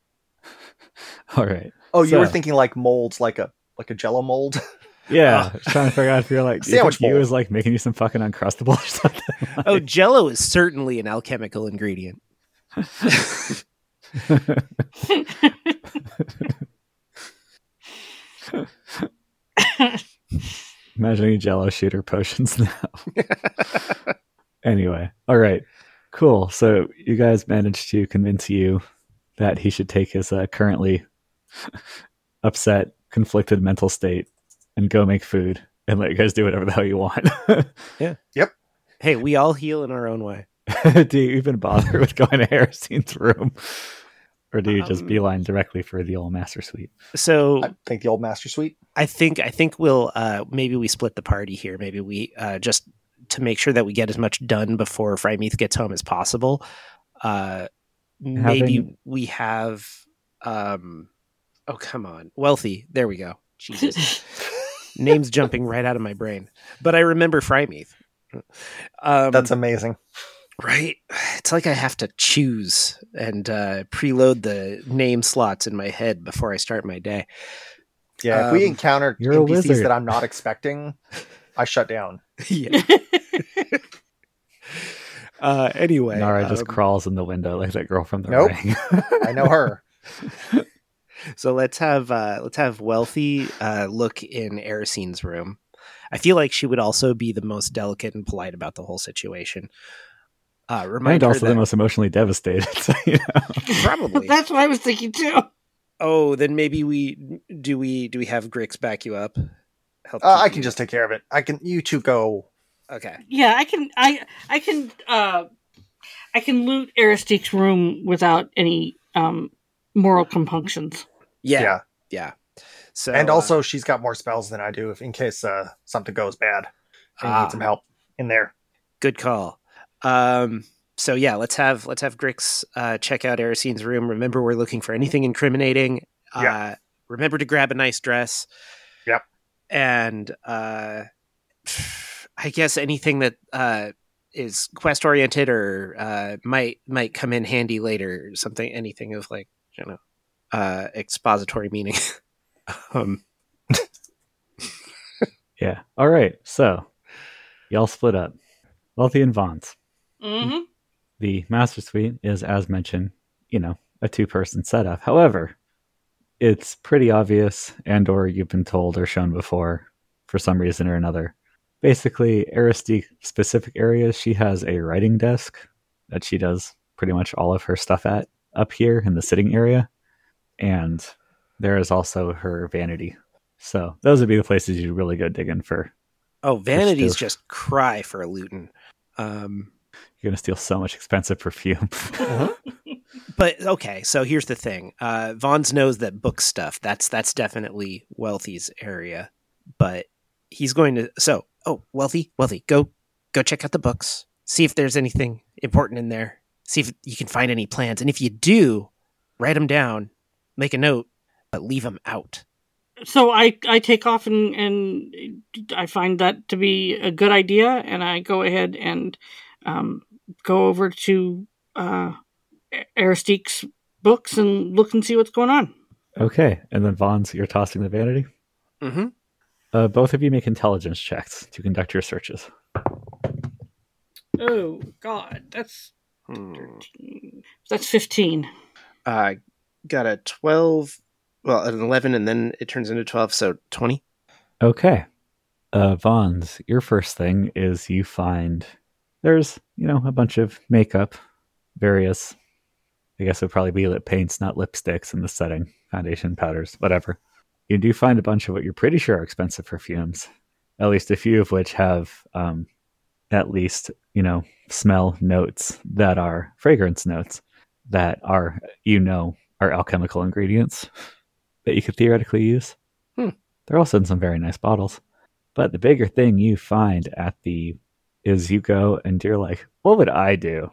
[SPEAKER 1] All right.
[SPEAKER 4] Oh, you were
[SPEAKER 1] So-
[SPEAKER 4] thinking like molds, like a like a Jello mold.
[SPEAKER 1] Yeah, trying to figure out if you're like you
[SPEAKER 4] Sandwich
[SPEAKER 1] think you
[SPEAKER 4] mold.
[SPEAKER 1] was like making you some fucking uncrustable or something.
[SPEAKER 2] Oh, Jello is certainly an alchemical ingredient.
[SPEAKER 1] Imagining Jello shooter potions now. anyway, all right, cool. So you guys managed to convince you that he should take his uh, currently upset, conflicted mental state and go make food and let you guys do whatever the hell you want.
[SPEAKER 2] Hey, we all heal in our own way.
[SPEAKER 1] do you even bother with going to Aristine's room? Or do you just
[SPEAKER 2] Um,
[SPEAKER 1] beeline directly for the old master suite?
[SPEAKER 2] So
[SPEAKER 4] I think the old master suite.
[SPEAKER 2] I think I think we'll uh, maybe we split the party here. Maybe we uh, just to make sure that we get as much done before Frymeath gets home as possible. Uh, maybe
[SPEAKER 1] Having-
[SPEAKER 2] we have Um, oh come on, wealthy. There we go. Jesus, names jumping right out of my brain, but I remember Frymeath. Um,
[SPEAKER 4] That's amazing.
[SPEAKER 2] right. It's like I have to choose and uh, preload the name slots in my head before I start my day.
[SPEAKER 4] Yeah, if we
[SPEAKER 2] Um,
[SPEAKER 4] encounter
[SPEAKER 1] you're a
[SPEAKER 4] NPCs
[SPEAKER 1] wizard.
[SPEAKER 4] that I'm not expecting, I shut down.
[SPEAKER 2] yeah. Uh, anyway,
[SPEAKER 1] Nara just
[SPEAKER 2] um,
[SPEAKER 1] crawls in the window like that girl from the
[SPEAKER 4] Nope.
[SPEAKER 1] ring.
[SPEAKER 4] I know her.
[SPEAKER 2] So let's have uh, let's have wealthy uh, look in Erisine's room. I feel like she would also be the most delicate and polite about the whole situation. Uh, remind
[SPEAKER 1] Mind
[SPEAKER 2] her
[SPEAKER 1] also the
[SPEAKER 2] that-
[SPEAKER 1] most emotionally devastated. so, you know.
[SPEAKER 2] Probably.
[SPEAKER 3] That's what I was thinking too.
[SPEAKER 2] oh, then maybe we do we do we have Grix back you up? Help
[SPEAKER 4] Uh,
[SPEAKER 2] keep
[SPEAKER 4] I can
[SPEAKER 2] you-
[SPEAKER 4] just take care of it. I can. You two go.
[SPEAKER 2] okay.
[SPEAKER 3] Yeah, I can. I I can. Uh, I can loot Aristique's room without any um, moral compunctions.
[SPEAKER 2] Yeah, yeah.
[SPEAKER 4] Yeah.
[SPEAKER 2] So
[SPEAKER 4] and
[SPEAKER 2] uh,
[SPEAKER 4] also, she's got more spells than I do. If in case uh, something goes bad, and you
[SPEAKER 2] Ah.
[SPEAKER 4] need some help in there.
[SPEAKER 2] good call. Um, so yeah, let's have let's have Grix uh, check out Erisine's room. Remember, we're looking for anything incriminating. Uh,
[SPEAKER 4] Yeah.
[SPEAKER 2] remember to grab a nice dress.
[SPEAKER 4] Yep.
[SPEAKER 2] And uh, I guess anything that uh, is quest oriented or uh, might might come in handy later. or Something, anything of like you know, uh, expository meaning. um,
[SPEAKER 1] yeah. All right. So y'all split up. Wealthy and Vons.
[SPEAKER 3] Mm-hmm.
[SPEAKER 1] The master suite is, as mentioned, you know, a two-person setup. However, it's pretty obvious, and/or you've been told or shown before, for some reason or another. Basically, Aristique specific areas. She has a writing desk that she does pretty much all of her stuff at up here in the sitting area, and there is also her vanity. So those would be the places you'd really go digging for.
[SPEAKER 2] oh, vanities
[SPEAKER 1] stiff.
[SPEAKER 2] just cry for a Luton. Um,
[SPEAKER 1] You're gonna steal so much expensive perfume.
[SPEAKER 3] Uh-huh.
[SPEAKER 2] But okay, so here's the thing. Uh Vaughn's knows that book stuff. That's that's definitely Wealthy's area. But he's going to so oh Wealthy, Wealthy, go go check out the books. See if there's anything important in there. See if you can find any plans. And if you do, write them down, make a note, but leave them out.
[SPEAKER 3] So I I take off and and I find that to be a good idea, and I go ahead and um, go over to uh, Aristique's books and look and see what's going on.
[SPEAKER 1] okay, and then Vons, you're tossing the vanity.
[SPEAKER 2] Mm-hmm.
[SPEAKER 1] Uh, both of you make intelligence checks to conduct your searches.
[SPEAKER 3] Oh God, that's
[SPEAKER 2] Hmm,
[SPEAKER 3] thirteen. That's fifteen.
[SPEAKER 2] Uh got a twelve well, an eleven and then it turns into twelve, so twenty.
[SPEAKER 1] Okay. Uh, Vons, your first thing is you find there's, you know, a bunch of makeup, various, I guess it would probably be lip paints, not lipsticks in the setting, foundation powders, whatever. You do find a bunch of what you're pretty sure are expensive perfumes, at least a few of which have um, at least, you know, smell notes that are fragrance notes that are, you know, are alchemical ingredients that you could theoretically use. They're also in some very nice bottles. But the bigger thing you find at the is you go and you're like, what would I do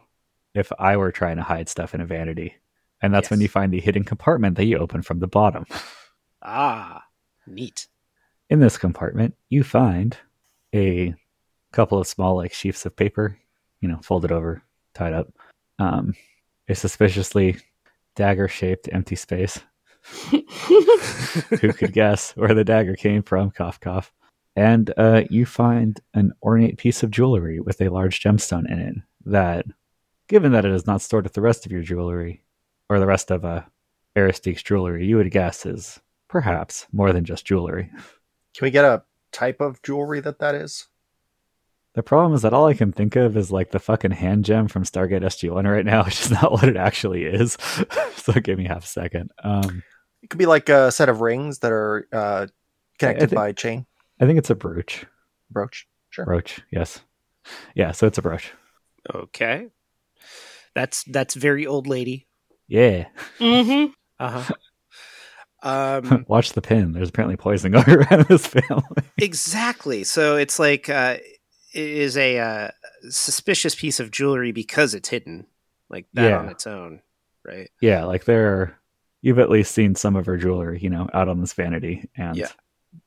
[SPEAKER 1] if I were trying to hide stuff in a vanity? And that's when
[SPEAKER 2] Yes.
[SPEAKER 1] you find the hidden compartment that you open from the bottom.
[SPEAKER 2] Ah. Neat.
[SPEAKER 1] In this compartment, you find a couple of small, like sheafs of paper, you know, folded over, tied up. Um, a suspiciously dagger-shaped empty space. Who could guess where the dagger came from? Cough, cough. And uh, you find an ornate piece of jewelry with a large gemstone in it that, given that it is not stored with the rest of your jewelry, or the rest of uh, Aristique's jewelry, you would guess is perhaps more than just jewelry.
[SPEAKER 4] Can we get a type of jewelry that that is?
[SPEAKER 1] The problem is that all I can think of is like the fucking hand gem from Stargate SG1 right now, which is not what it actually is. so give me half a second. Um,
[SPEAKER 4] It could be like a set of rings that are uh, connected
[SPEAKER 1] think-
[SPEAKER 4] by chain
[SPEAKER 1] I think it's a brooch.
[SPEAKER 4] brooch. Sure.
[SPEAKER 1] Brooch, yes. Yeah, so it's a brooch.
[SPEAKER 2] Okay. That's that's very old lady.
[SPEAKER 1] Yeah.
[SPEAKER 3] mm-hmm.
[SPEAKER 2] Uh-huh. um
[SPEAKER 1] Watch the pin. There's apparently poison going around this family.
[SPEAKER 2] exactly. So it's like uh it is a uh, suspicious piece of jewelry because it's hidden like that
[SPEAKER 1] Yeah.
[SPEAKER 2] on its own, right?
[SPEAKER 1] Yeah, like there are you've at least seen some of her jewelry, you know, out on this vanity. And,
[SPEAKER 2] Yeah.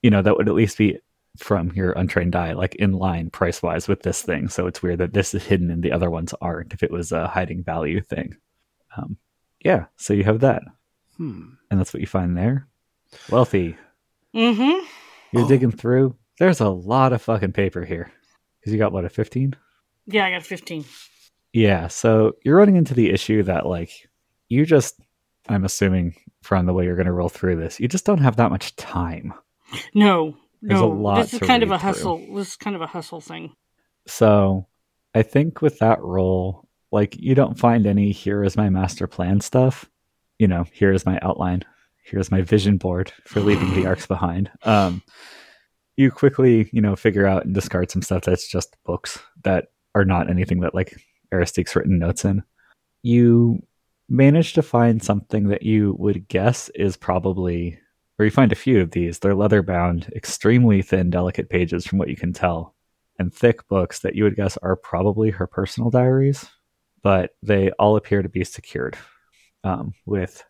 [SPEAKER 1] you know, that would at least be from your untrained eye, like in line price wise with this thing. So it's weird that this is hidden and the other ones aren't if it was a hiding value thing. Um, yeah. So you have that.
[SPEAKER 2] Hmm.
[SPEAKER 1] And that's what you find there. Wealthy,
[SPEAKER 3] Mm-hmm.
[SPEAKER 1] you're
[SPEAKER 2] Oh.
[SPEAKER 1] digging through. There's a lot of fucking paper here. Because you got, what, a 15?
[SPEAKER 3] Yeah, I got 15.
[SPEAKER 1] Yeah, so you're running into the issue that like you just I'm assuming from the way you're going to roll through this, you just don't have that much time.
[SPEAKER 3] No,
[SPEAKER 1] There's a
[SPEAKER 3] no.
[SPEAKER 1] lot
[SPEAKER 3] this is
[SPEAKER 1] to
[SPEAKER 3] kind of
[SPEAKER 1] read
[SPEAKER 3] a
[SPEAKER 1] through.
[SPEAKER 3] hustle. This is kind of a hustle thing.
[SPEAKER 1] So I think with that roll, like you don't find any here is my master plan stuff. You know, here is my outline. Here's my vision board for leaving the arcs behind. Um, you quickly, you know, figure out and discard some stuff that's just books that are not anything that like Aristique's written notes in. You manage to find something that you would guess is probably, or you find a few of these. They're leather bound, extremely thin, delicate pages from what you can tell and thick books that you would guess are probably her personal diaries, but they all appear to be secured um, with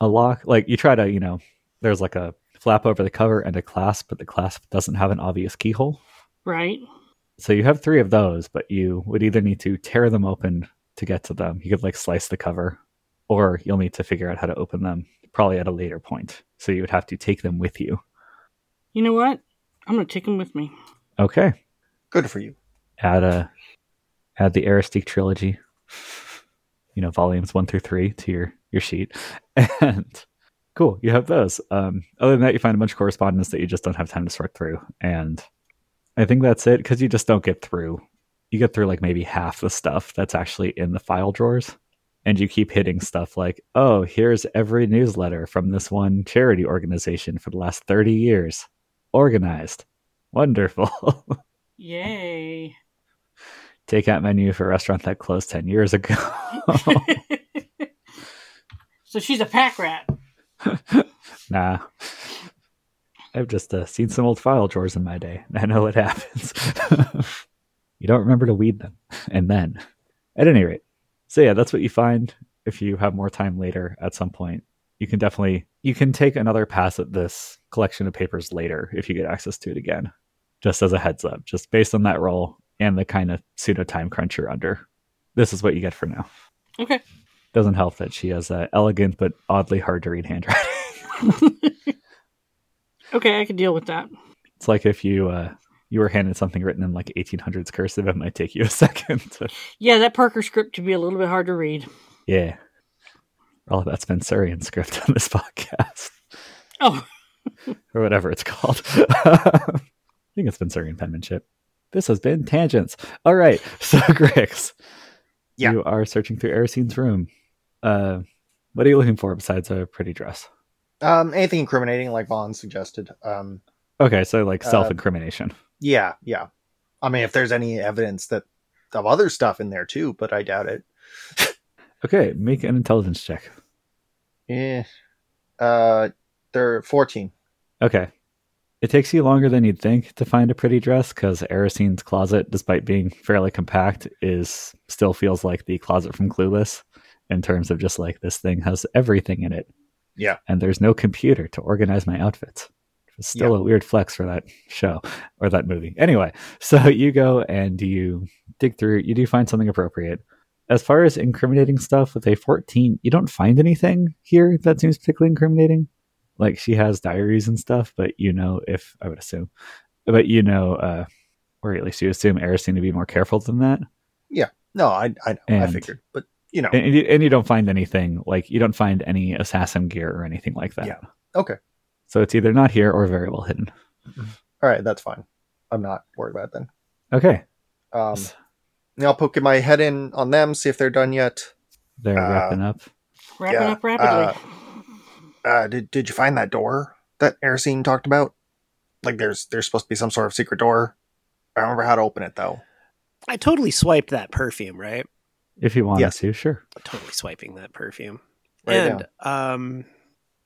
[SPEAKER 1] a lock. Like you try to, you know, there's like a flap over the cover and a clasp, but the clasp doesn't have an obvious keyhole.
[SPEAKER 3] Right?
[SPEAKER 1] So you have three of those, but you would either need to tear them open to get to them. You could like slice the cover, or you'll need to figure out how to open them probably at a later point. So you would have to take them with you.
[SPEAKER 3] You know what? I'm going to take him with me.
[SPEAKER 1] Okay.
[SPEAKER 4] Good for you.
[SPEAKER 1] add a add the Aristique trilogy, you know, volumes one through three to your your sheet, and cool, you have those. Um, other than that, you find a bunch of correspondence that you just don't have time to sort through, and I think that's it because you just don't get through. You get through like maybe half the stuff that's actually in the file drawers, and you keep hitting stuff like, "Oh, here's every newsletter from this one charity organization for the last thirty years, organized, wonderful."
[SPEAKER 3] Yay.
[SPEAKER 1] takeout menu for a restaurant that closed 10 years ago.
[SPEAKER 3] so she's a pack rat.
[SPEAKER 1] nah. I've just uh, seen some old file drawers in my day. and I know what happens. you don't remember to weed them. And then, at any rate, so yeah, that's what you find. If you have more time later at some point, you can definitely you can take another pass at this collection of papers later if you get access to it again. Just as a heads up, just based on that roll and the kind of pseudo time crunch you're under, this is what you get for now.
[SPEAKER 3] Okay.
[SPEAKER 1] Doesn't help that she has a elegant but oddly hard to read handwriting.
[SPEAKER 3] okay, I can deal with that.
[SPEAKER 1] It's like if you uh, you were handed something written in like 1800s cursive, it might take you a second. to-
[SPEAKER 3] Yeah, that Parker script could be a little bit hard to read.
[SPEAKER 1] yeah, all about Spencerian script on this podcast
[SPEAKER 3] Oh,
[SPEAKER 1] or whatever it's called. I think it's Spencerian penmanship. This has been tangents. All right, so Grix,
[SPEAKER 4] Yeah.
[SPEAKER 1] you are searching through Erisine's room. Uh, what are you looking for besides a pretty dress?
[SPEAKER 4] Um, anything incriminating, like Vaughn suggested. Um,
[SPEAKER 1] Okay, so like
[SPEAKER 4] Uh,
[SPEAKER 1] self-incrimination.
[SPEAKER 4] yeah, yeah. I mean, if there's any evidence that of other stuff in there too, but I doubt it.
[SPEAKER 1] Okay, make an intelligence check.
[SPEAKER 4] Yeah.
[SPEAKER 2] Eh.
[SPEAKER 4] Uh, they're fourteen.
[SPEAKER 1] Okay. It takes you longer than you'd think to find a pretty dress because Aristine's closet, despite being fairly compact, is still feels like the closet from Clueless in terms of just like this thing has everything in it.
[SPEAKER 4] Yeah.
[SPEAKER 1] And there's no computer to organize my outfits. It's still a weird flex for that show or that movie. Anyway, so you go and you dig through, you do find something appropriate. As far as incriminating stuff with a 14, you don't find anything here that seems particularly incriminating like she has diaries and stuff, but you know, if I would assume, but you know, uh, or at least you assume Aristine to be more careful than that.
[SPEAKER 4] No, I I know, I
[SPEAKER 1] And-
[SPEAKER 4] figured, but you know,
[SPEAKER 1] And, and, you, and you don't find anything like you don't find any assassin gear or anything like that.
[SPEAKER 4] Yeah. Okay.
[SPEAKER 1] So it's either not here or very well hidden.
[SPEAKER 4] all right, that's fine. I'm not worried about it then.
[SPEAKER 1] Okay.
[SPEAKER 4] Um, now I'll poke my head in on them, see if they're done yet.
[SPEAKER 1] They're
[SPEAKER 4] Uh,
[SPEAKER 1] wrapping up.
[SPEAKER 3] wrapping
[SPEAKER 4] Yeah,
[SPEAKER 3] up rapidly.
[SPEAKER 4] Uh, did did you find that door that Erosine talked about? Like, there's there's supposed to be some sort of secret door. I don't remember how to open it though.
[SPEAKER 2] I totally swiped that perfume, right?
[SPEAKER 1] If you want
[SPEAKER 4] yes.
[SPEAKER 1] us to, sure.
[SPEAKER 2] Totally swiping that perfume.
[SPEAKER 4] Right
[SPEAKER 2] and um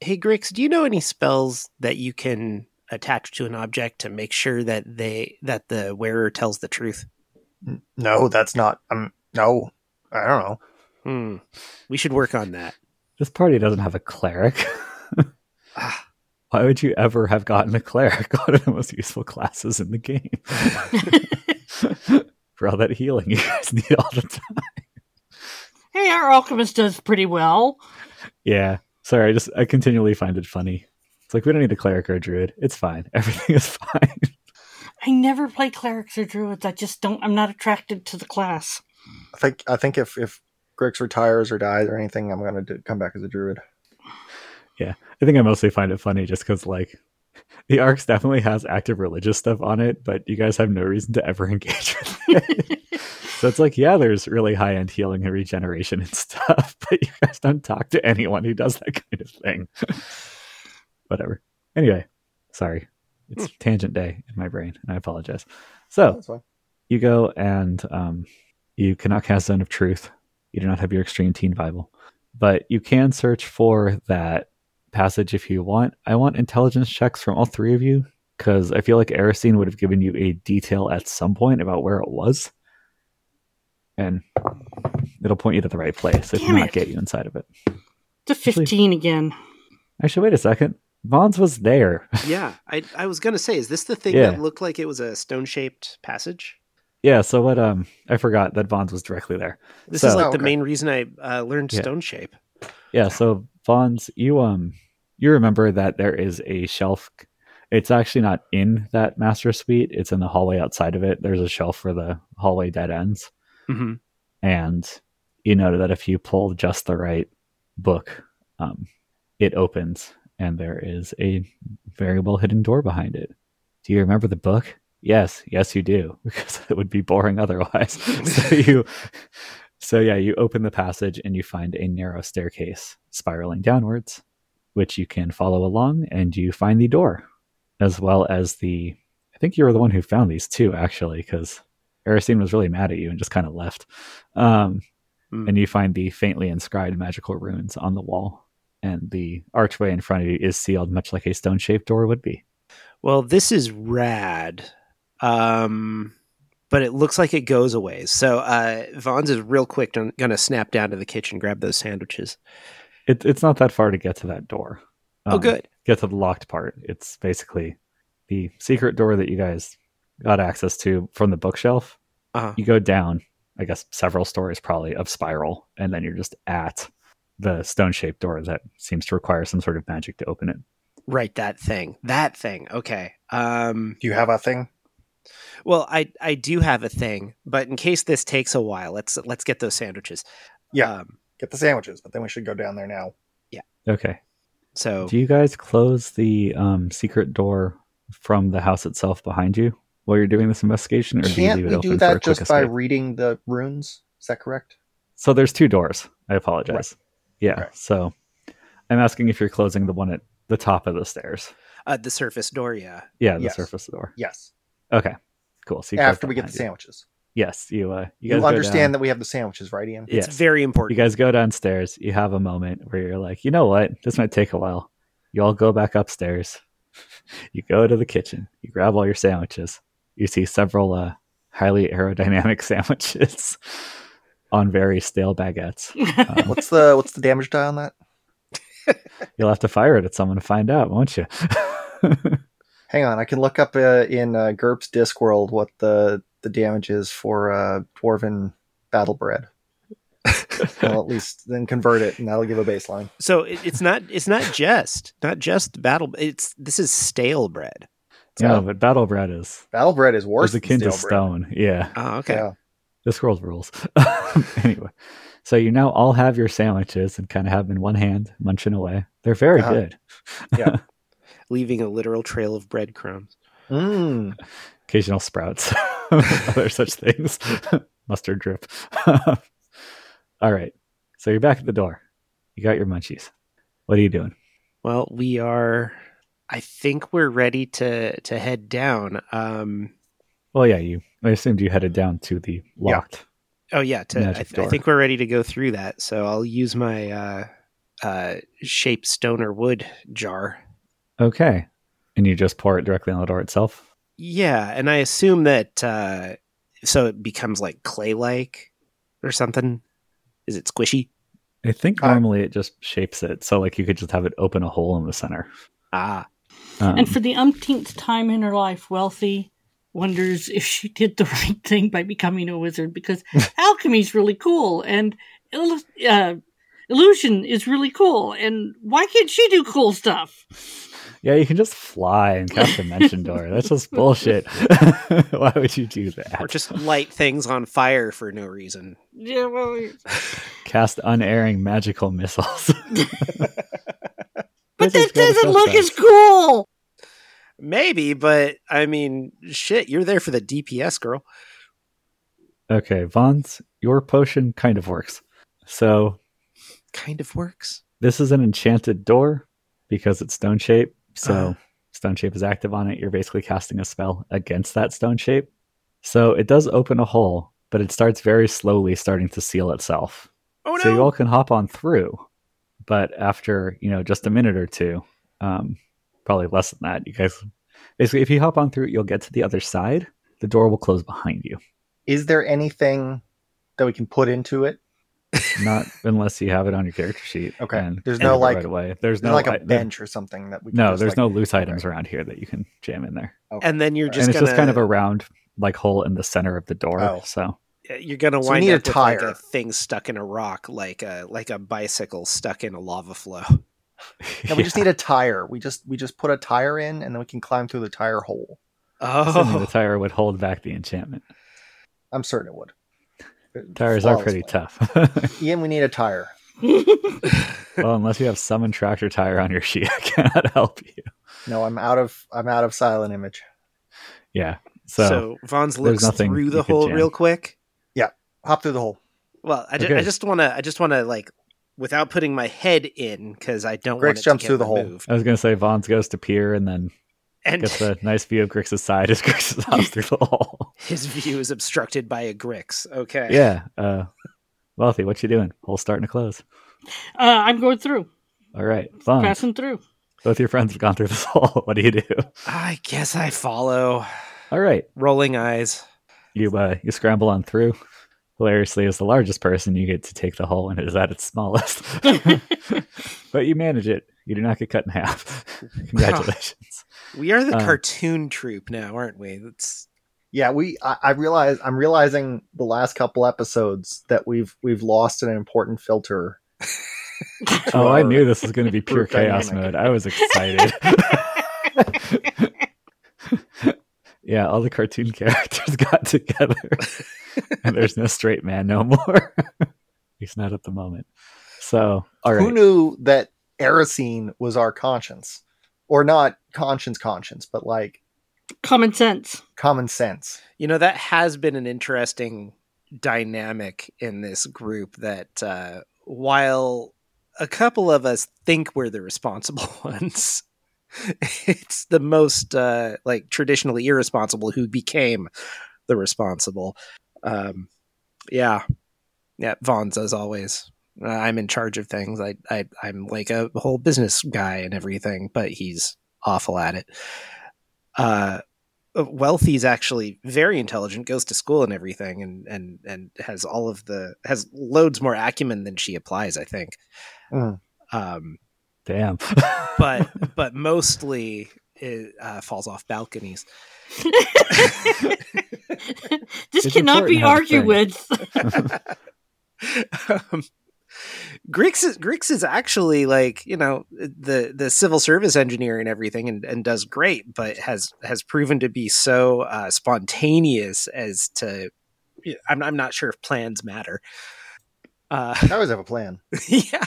[SPEAKER 2] hey Grix, do you know any spells that you can attach to an object to make sure that they that the wearer tells the truth?
[SPEAKER 4] N- No, that's not. Um, no, I don't know.
[SPEAKER 2] Hmm. We should work on that.
[SPEAKER 1] This party doesn't have a cleric.
[SPEAKER 2] Ah.
[SPEAKER 1] Why would you ever have gotten a cleric? One of the most useful classes in the game.
[SPEAKER 4] Oh
[SPEAKER 1] For all that healing you guys need all the time.
[SPEAKER 5] Hey, our alchemist does pretty well.
[SPEAKER 1] Yeah. Sorry, I just I continually find it funny. It's like we don't need a cleric or a druid. It's fine. Everything is fine.
[SPEAKER 5] I never play clerics or druids. I just don't. I'm not attracted to the class.
[SPEAKER 4] I think I think if if Grix retires or dies or anything, I'm gonna do, come back as a druid.
[SPEAKER 1] I think I mostly find it funny just because like the arcs definitely has active religious stuff on it, but you guys have no reason to ever engage with it. so it's like, yeah, there's really high end healing and regeneration and stuff, but you guys don't talk to anyone who does that kind of thing. Whatever. Anyway, sorry. It's tangent day in my brain, and I apologize. So
[SPEAKER 4] That's fine.
[SPEAKER 1] you go and um, you cannot cast Zone of Truth. You do not have your Extreme Teen Bible, but you can search for that passage if you want. I want intelligence checks from all three of you because I feel like Aristine would have given you a detail at some point about where it was, and it'll point you to the right place. If
[SPEAKER 5] Damn
[SPEAKER 1] not,
[SPEAKER 5] it.
[SPEAKER 1] get you inside of it.
[SPEAKER 5] It's a 15 again.
[SPEAKER 1] Actually, wait a second. Vons was there.
[SPEAKER 2] yeah, I I was gonna say, is this the thing
[SPEAKER 1] Yeah.
[SPEAKER 2] that looked like it was a stone shaped passage?
[SPEAKER 1] yeah. So what? Um, I forgot that Vons was directly there.
[SPEAKER 2] This
[SPEAKER 1] So-
[SPEAKER 2] is like
[SPEAKER 4] Oh,
[SPEAKER 2] the
[SPEAKER 4] okay.
[SPEAKER 2] main reason I uh, learned
[SPEAKER 1] Yeah.
[SPEAKER 2] stone shape.
[SPEAKER 1] Yeah, so Vons, you um you remember that there is a shelf it's actually not in that master suite, it's in the hallway outside of it. There's a shelf for the hallway dead ends.
[SPEAKER 2] Mm-hmm.
[SPEAKER 1] And you know that if you pull just the right book, um, it opens and there is a very well hidden door behind it. Do you remember the book? Yes, yes you do, because it would be boring otherwise. so you so yeah, you open the passage and you find a narrow staircase spiraling downwards, which you can follow along and you find the door. As well as the I think you were the one who found these too, actually, because Aristine was really mad at you and just kind of left. Um,
[SPEAKER 2] Mm.
[SPEAKER 1] And you find the faintly inscribed magical runes on the wall. And the archway in front of you is sealed, much like a stone shaped door would be.
[SPEAKER 2] Well, this is rad. Um, but it looks like it goes a ways. So uh, Vaughn's is real quick going to snap down to the kitchen, grab those sandwiches.
[SPEAKER 1] It, it's not that far to get to that door.
[SPEAKER 2] oh,
[SPEAKER 1] Um,
[SPEAKER 2] good.
[SPEAKER 1] Get to the locked part. It's basically the secret door that you guys got access to from the bookshelf.
[SPEAKER 2] Uh-huh.
[SPEAKER 1] you go down, I guess, several stories probably of spiral, and then you're just at the stone shaped door that seems to require some sort of magic to open it.
[SPEAKER 2] Right, that thing. That thing. Okay. Um,
[SPEAKER 4] Do you have a thing?
[SPEAKER 2] well, I I do have a thing, but in case this takes a while, let's let's get those sandwiches.
[SPEAKER 4] Yeah.
[SPEAKER 2] Um,
[SPEAKER 4] Get the sandwiches, but then we should go down there now.
[SPEAKER 1] Okay.
[SPEAKER 2] so
[SPEAKER 1] Do you guys close the um, secret door from the house itself behind you while you're doing this investigation, or do you
[SPEAKER 4] Can't
[SPEAKER 1] leave it
[SPEAKER 4] we
[SPEAKER 1] open
[SPEAKER 4] do
[SPEAKER 1] for a
[SPEAKER 4] that
[SPEAKER 1] quick
[SPEAKER 4] just by
[SPEAKER 1] escape?
[SPEAKER 4] reading the runes? Is that correct?
[SPEAKER 1] So there's two doors. I apologize. Yeah.
[SPEAKER 4] Right.
[SPEAKER 1] So I'm asking if you're closing the one at the top of the stairs.
[SPEAKER 2] uh, the surface door, yeah.
[SPEAKER 1] Yeah, the
[SPEAKER 4] Yes.
[SPEAKER 1] surface door.
[SPEAKER 4] Yes.
[SPEAKER 1] Okay. Cool. So you close
[SPEAKER 4] After
[SPEAKER 1] that
[SPEAKER 4] we get the
[SPEAKER 1] behind you.
[SPEAKER 4] sandwiches.
[SPEAKER 1] Yes, you uh you
[SPEAKER 4] You,
[SPEAKER 1] guys go down.
[SPEAKER 4] understand that we have the sandwiches, right, Ian?
[SPEAKER 2] It's
[SPEAKER 1] Yes.
[SPEAKER 2] very important.
[SPEAKER 1] You guys go downstairs. You have a moment where you're like, you know what? This might take a while. You all go back upstairs. You go to the kitchen. You grab all your sandwiches. You see several uh, highly aerodynamic sandwiches on very stale baguettes. Um,
[SPEAKER 4] What's the what's the damage die on that?
[SPEAKER 1] you'll have to fire it at someone to find out, won't you?
[SPEAKER 4] Hang on, I can look up uh, in uh, GURPS Discworld what the the damage is for uh, dwarven battle bread. well, at least then convert it, and that'll give a baseline.
[SPEAKER 2] So it, it's not it's not just not just battle. It's this is stale bread.
[SPEAKER 1] yeah, but battle bread is,
[SPEAKER 4] Battle bread is worse
[SPEAKER 1] is
[SPEAKER 4] than
[SPEAKER 1] akin to
[SPEAKER 4] stale bread.
[SPEAKER 1] stone. Yeah.
[SPEAKER 2] Oh, okay.
[SPEAKER 4] Yeah.
[SPEAKER 1] This world rules. anyway, so you now all have your sandwiches and kind of have them in one hand, munching away. They're very
[SPEAKER 4] Uh-huh.
[SPEAKER 1] good.
[SPEAKER 2] Leaving a literal trail of breadcrumbs.
[SPEAKER 4] Mm.
[SPEAKER 1] occasional sprouts, other such things, mustard drip. All right. So you're back at the door. You got your munchies. What are you doing?
[SPEAKER 2] Well, we are. I think we're ready to to head down. Um.
[SPEAKER 1] Well, yeah, you. I assumed you headed down to the locked.
[SPEAKER 2] Oh yeah. To I,
[SPEAKER 1] Magic
[SPEAKER 2] th- I
[SPEAKER 1] door.
[SPEAKER 2] think we're ready to go through that. So I'll use my uh, uh, shape stone or wood jar.
[SPEAKER 1] Okay. And you just pour it directly on the door itself.
[SPEAKER 2] Yeah, and I assume that uh, so it becomes like clay like or something. Is it squishy?
[SPEAKER 1] I think
[SPEAKER 4] Uh,
[SPEAKER 1] normally it just shapes it so like you could just have it open a hole in the center.
[SPEAKER 2] Ah,
[SPEAKER 1] Um,
[SPEAKER 5] and for the umpteenth time in her life, Wealthy wonders if she did the right thing by becoming a wizard because alchemy's really cool and illu- uh, illusion is really cool. And why can't she do cool stuff?
[SPEAKER 1] yeah, you can just fly and cast dimension door. That's just bullshit. Why would you do that?
[SPEAKER 2] or just light things on fire for no reason.
[SPEAKER 5] Yeah, well,
[SPEAKER 1] cast unerring magical missiles.
[SPEAKER 5] but
[SPEAKER 1] Wizards
[SPEAKER 5] that
[SPEAKER 1] gotta
[SPEAKER 5] doesn't
[SPEAKER 1] feel
[SPEAKER 5] look
[SPEAKER 1] fast.
[SPEAKER 5] as cool.
[SPEAKER 2] Maybe, but I mean, shit, you're there for the DPS girl.
[SPEAKER 1] Okay, Vons, your potion kind of works. So
[SPEAKER 2] Kind of works.
[SPEAKER 1] this is an enchanted door because it's stone shape. So
[SPEAKER 2] Uh-huh.
[SPEAKER 5] Ah.
[SPEAKER 1] stone shape is active on it. You're basically casting a spell against that stone shape. So it does open a hole, but it starts very slowly, starting to seal itself.
[SPEAKER 2] Oh no!
[SPEAKER 1] so you all can hop on through but after you know just a minute or two um, probably less than that you guys basically if you hop on through you'll get to the other side the door will close behind you
[SPEAKER 4] Is there anything that we can put into it?
[SPEAKER 1] not unless you have it on your character sheet
[SPEAKER 4] Okay.
[SPEAKER 1] and
[SPEAKER 4] There's
[SPEAKER 1] grab
[SPEAKER 4] no,
[SPEAKER 1] it
[SPEAKER 4] like-
[SPEAKER 1] right away there's
[SPEAKER 4] Is there
[SPEAKER 1] no
[SPEAKER 4] like a
[SPEAKER 1] I- there-
[SPEAKER 4] bench or something that we can
[SPEAKER 1] no
[SPEAKER 4] just,
[SPEAKER 1] there's
[SPEAKER 4] like-
[SPEAKER 1] no loose items around here that you can jam in there
[SPEAKER 2] and then you're just
[SPEAKER 1] and it's
[SPEAKER 2] gonna
[SPEAKER 1] just kind of a round like hole in the center of the door
[SPEAKER 4] Oh.
[SPEAKER 1] so
[SPEAKER 2] you're gonna
[SPEAKER 4] So we
[SPEAKER 2] wind
[SPEAKER 4] need a
[SPEAKER 2] up with like
[SPEAKER 4] tire.
[SPEAKER 2] a thing stuck in a rock, like a like a bicycle stuck in a lava flow.
[SPEAKER 4] No, we just need a tire. We just we just put a tire in and then we can climb through the tire hole.
[SPEAKER 1] Assuming the
[SPEAKER 2] Oh,
[SPEAKER 1] tire would hold back the enchantment
[SPEAKER 4] I'm certain it would. It
[SPEAKER 1] tires are pretty
[SPEAKER 4] flawlessly.
[SPEAKER 1] tough
[SPEAKER 4] Ian, we need a tire.
[SPEAKER 1] Well, unless you have summon tractor tire on your sheet, I cannot help you.
[SPEAKER 4] No, I'm out of I'm out of silent image.
[SPEAKER 1] Yeah. So,
[SPEAKER 2] so, Vaughn's looks
[SPEAKER 1] nothing
[SPEAKER 2] through
[SPEAKER 1] you
[SPEAKER 2] the
[SPEAKER 1] could
[SPEAKER 2] hole
[SPEAKER 1] jam.
[SPEAKER 2] real quick.
[SPEAKER 4] Hop through the hole.
[SPEAKER 2] Well, I, ju- I
[SPEAKER 1] Okay.
[SPEAKER 2] just want to, I just want to like, without putting my head in, because I don't
[SPEAKER 4] Grix
[SPEAKER 2] want it
[SPEAKER 4] jumps
[SPEAKER 2] to get
[SPEAKER 4] through the hole.
[SPEAKER 2] removed.
[SPEAKER 1] I was gonna say Vaughn's goes to pier and then
[SPEAKER 2] And
[SPEAKER 1] gets a nice view of Grix's side as Grix hops through the hole.
[SPEAKER 2] his view is obstructed by a Grix. Okay.
[SPEAKER 1] Yeah. Uh, wealthy, what you doing? Hole starting to close.
[SPEAKER 5] Uh, I'm going through,
[SPEAKER 1] All right. Vaughn,
[SPEAKER 5] passing through.
[SPEAKER 1] both your friends have gone through this hole. What do you do?
[SPEAKER 2] I guess I follow.
[SPEAKER 1] All right.
[SPEAKER 2] Rolling eyes.
[SPEAKER 1] You uh, you scramble on through. Hilariously, as the largest person, you get to take the hole when it is at its smallest. but you manage it. You do not get cut in half. Congratulations.
[SPEAKER 2] We are the
[SPEAKER 1] Um,
[SPEAKER 2] cartoon troupe now, aren't we? That's
[SPEAKER 4] Yeah, we I, I realize I'm realizing the last couple episodes that we've we've lost an important filter. to
[SPEAKER 1] Oh, I
[SPEAKER 4] our-
[SPEAKER 1] knew this was going to be pure
[SPEAKER 4] group dynamic.
[SPEAKER 1] chaos mode. I was excited. yeah, all the cartoon characters got together, and there's no straight man no more. He's not at the moment. So, all
[SPEAKER 4] Who
[SPEAKER 1] right,
[SPEAKER 4] knew that Erosine was our conscience? Or not conscience conscience, but like
[SPEAKER 5] Common sense.
[SPEAKER 4] common sense.
[SPEAKER 2] you know that has been an interesting dynamic in this group. That uh, while a couple of us think we're the responsible ones, it's the most uh, like traditionally irresponsible who became the responsible. Um, yeah, yeah. Vaughn's as always. Uh, I'm in charge of things. I, I I'm like a whole business guy and everything, but he's awful at it. Uh, wealthy's actually very intelligent goes to school and everything and and and has all of the has loads more acumen than she applies i think
[SPEAKER 4] Mm.
[SPEAKER 2] um
[SPEAKER 1] damn.
[SPEAKER 2] but but mostly it uh, falls off balconies
[SPEAKER 5] this
[SPEAKER 1] It's
[SPEAKER 5] cannot
[SPEAKER 1] important
[SPEAKER 5] be
[SPEAKER 1] how it's
[SPEAKER 5] argued
[SPEAKER 1] done.
[SPEAKER 5] with.
[SPEAKER 2] um, Grix is Grix is actually like you know the the civil service engineer and everything and, and does great, but has has proven to be so uh, spontaneous as to I'm I'm not sure if plans matter. Uh,
[SPEAKER 4] I always have a plan.
[SPEAKER 2] yeah.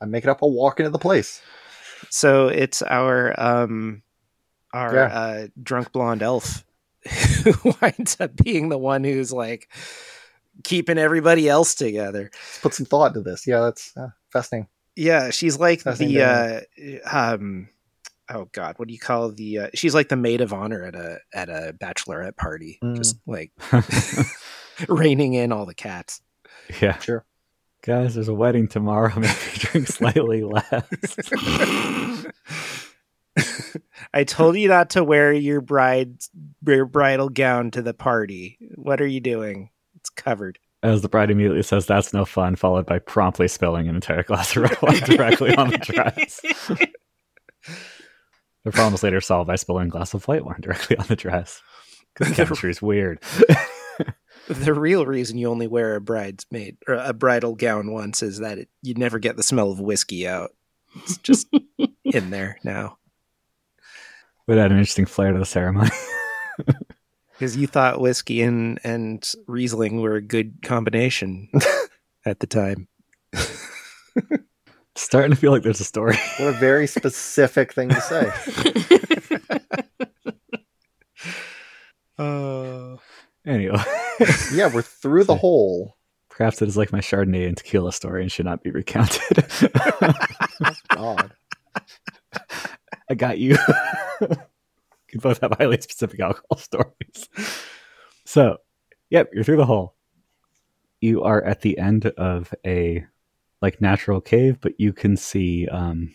[SPEAKER 4] I make it up, I'll walk into the place.
[SPEAKER 2] So it's our um our
[SPEAKER 4] Yeah.
[SPEAKER 2] uh drunk blonde elf who winds up being the one who's like keeping everybody else together.
[SPEAKER 4] Let's put some thought into this. Yeah, that's uh, fascinating.
[SPEAKER 2] Yeah, she's like
[SPEAKER 4] That's
[SPEAKER 2] the uh
[SPEAKER 4] the
[SPEAKER 2] um oh god, what do you call the uh, she's like the maid of honor at a at a bachelorette party.
[SPEAKER 4] Mm.
[SPEAKER 2] Just like reining in all the cats.
[SPEAKER 1] yeah,
[SPEAKER 4] Sure.
[SPEAKER 1] guys, there's a wedding tomorrow. Maybe drink slightly less.
[SPEAKER 2] I told you not to wear your bride's your bridal gown to the party. What are you doing? It's covered.
[SPEAKER 1] As the bride immediately says, "That's no fun," followed by promptly spilling an entire glass of red wine directly on the dress. the problem is later solved by spilling a glass of white wine directly on the dress. Because chemistry's weird.
[SPEAKER 2] The real reason you only wear a bridesmaid or a bridal gown once is that it, you never get the smell of whiskey out. It's just in there now
[SPEAKER 1] Would add an interesting flair to the ceremony.
[SPEAKER 2] because you thought whiskey and and Riesling were a good combination at the time.
[SPEAKER 1] Starting to feel like there's a story.
[SPEAKER 4] What a very specific thing to say. Uh.
[SPEAKER 2] Oh,
[SPEAKER 1] Anyway,
[SPEAKER 4] Yeah, we're through the hole.
[SPEAKER 1] perhaps it is like my Chardonnay and tequila story and should not be recounted.
[SPEAKER 4] God.
[SPEAKER 1] I got you. you both have highly specific alcohol stories. So, yep, you're through the hole. You are at the end of a like natural cave, but you can see um,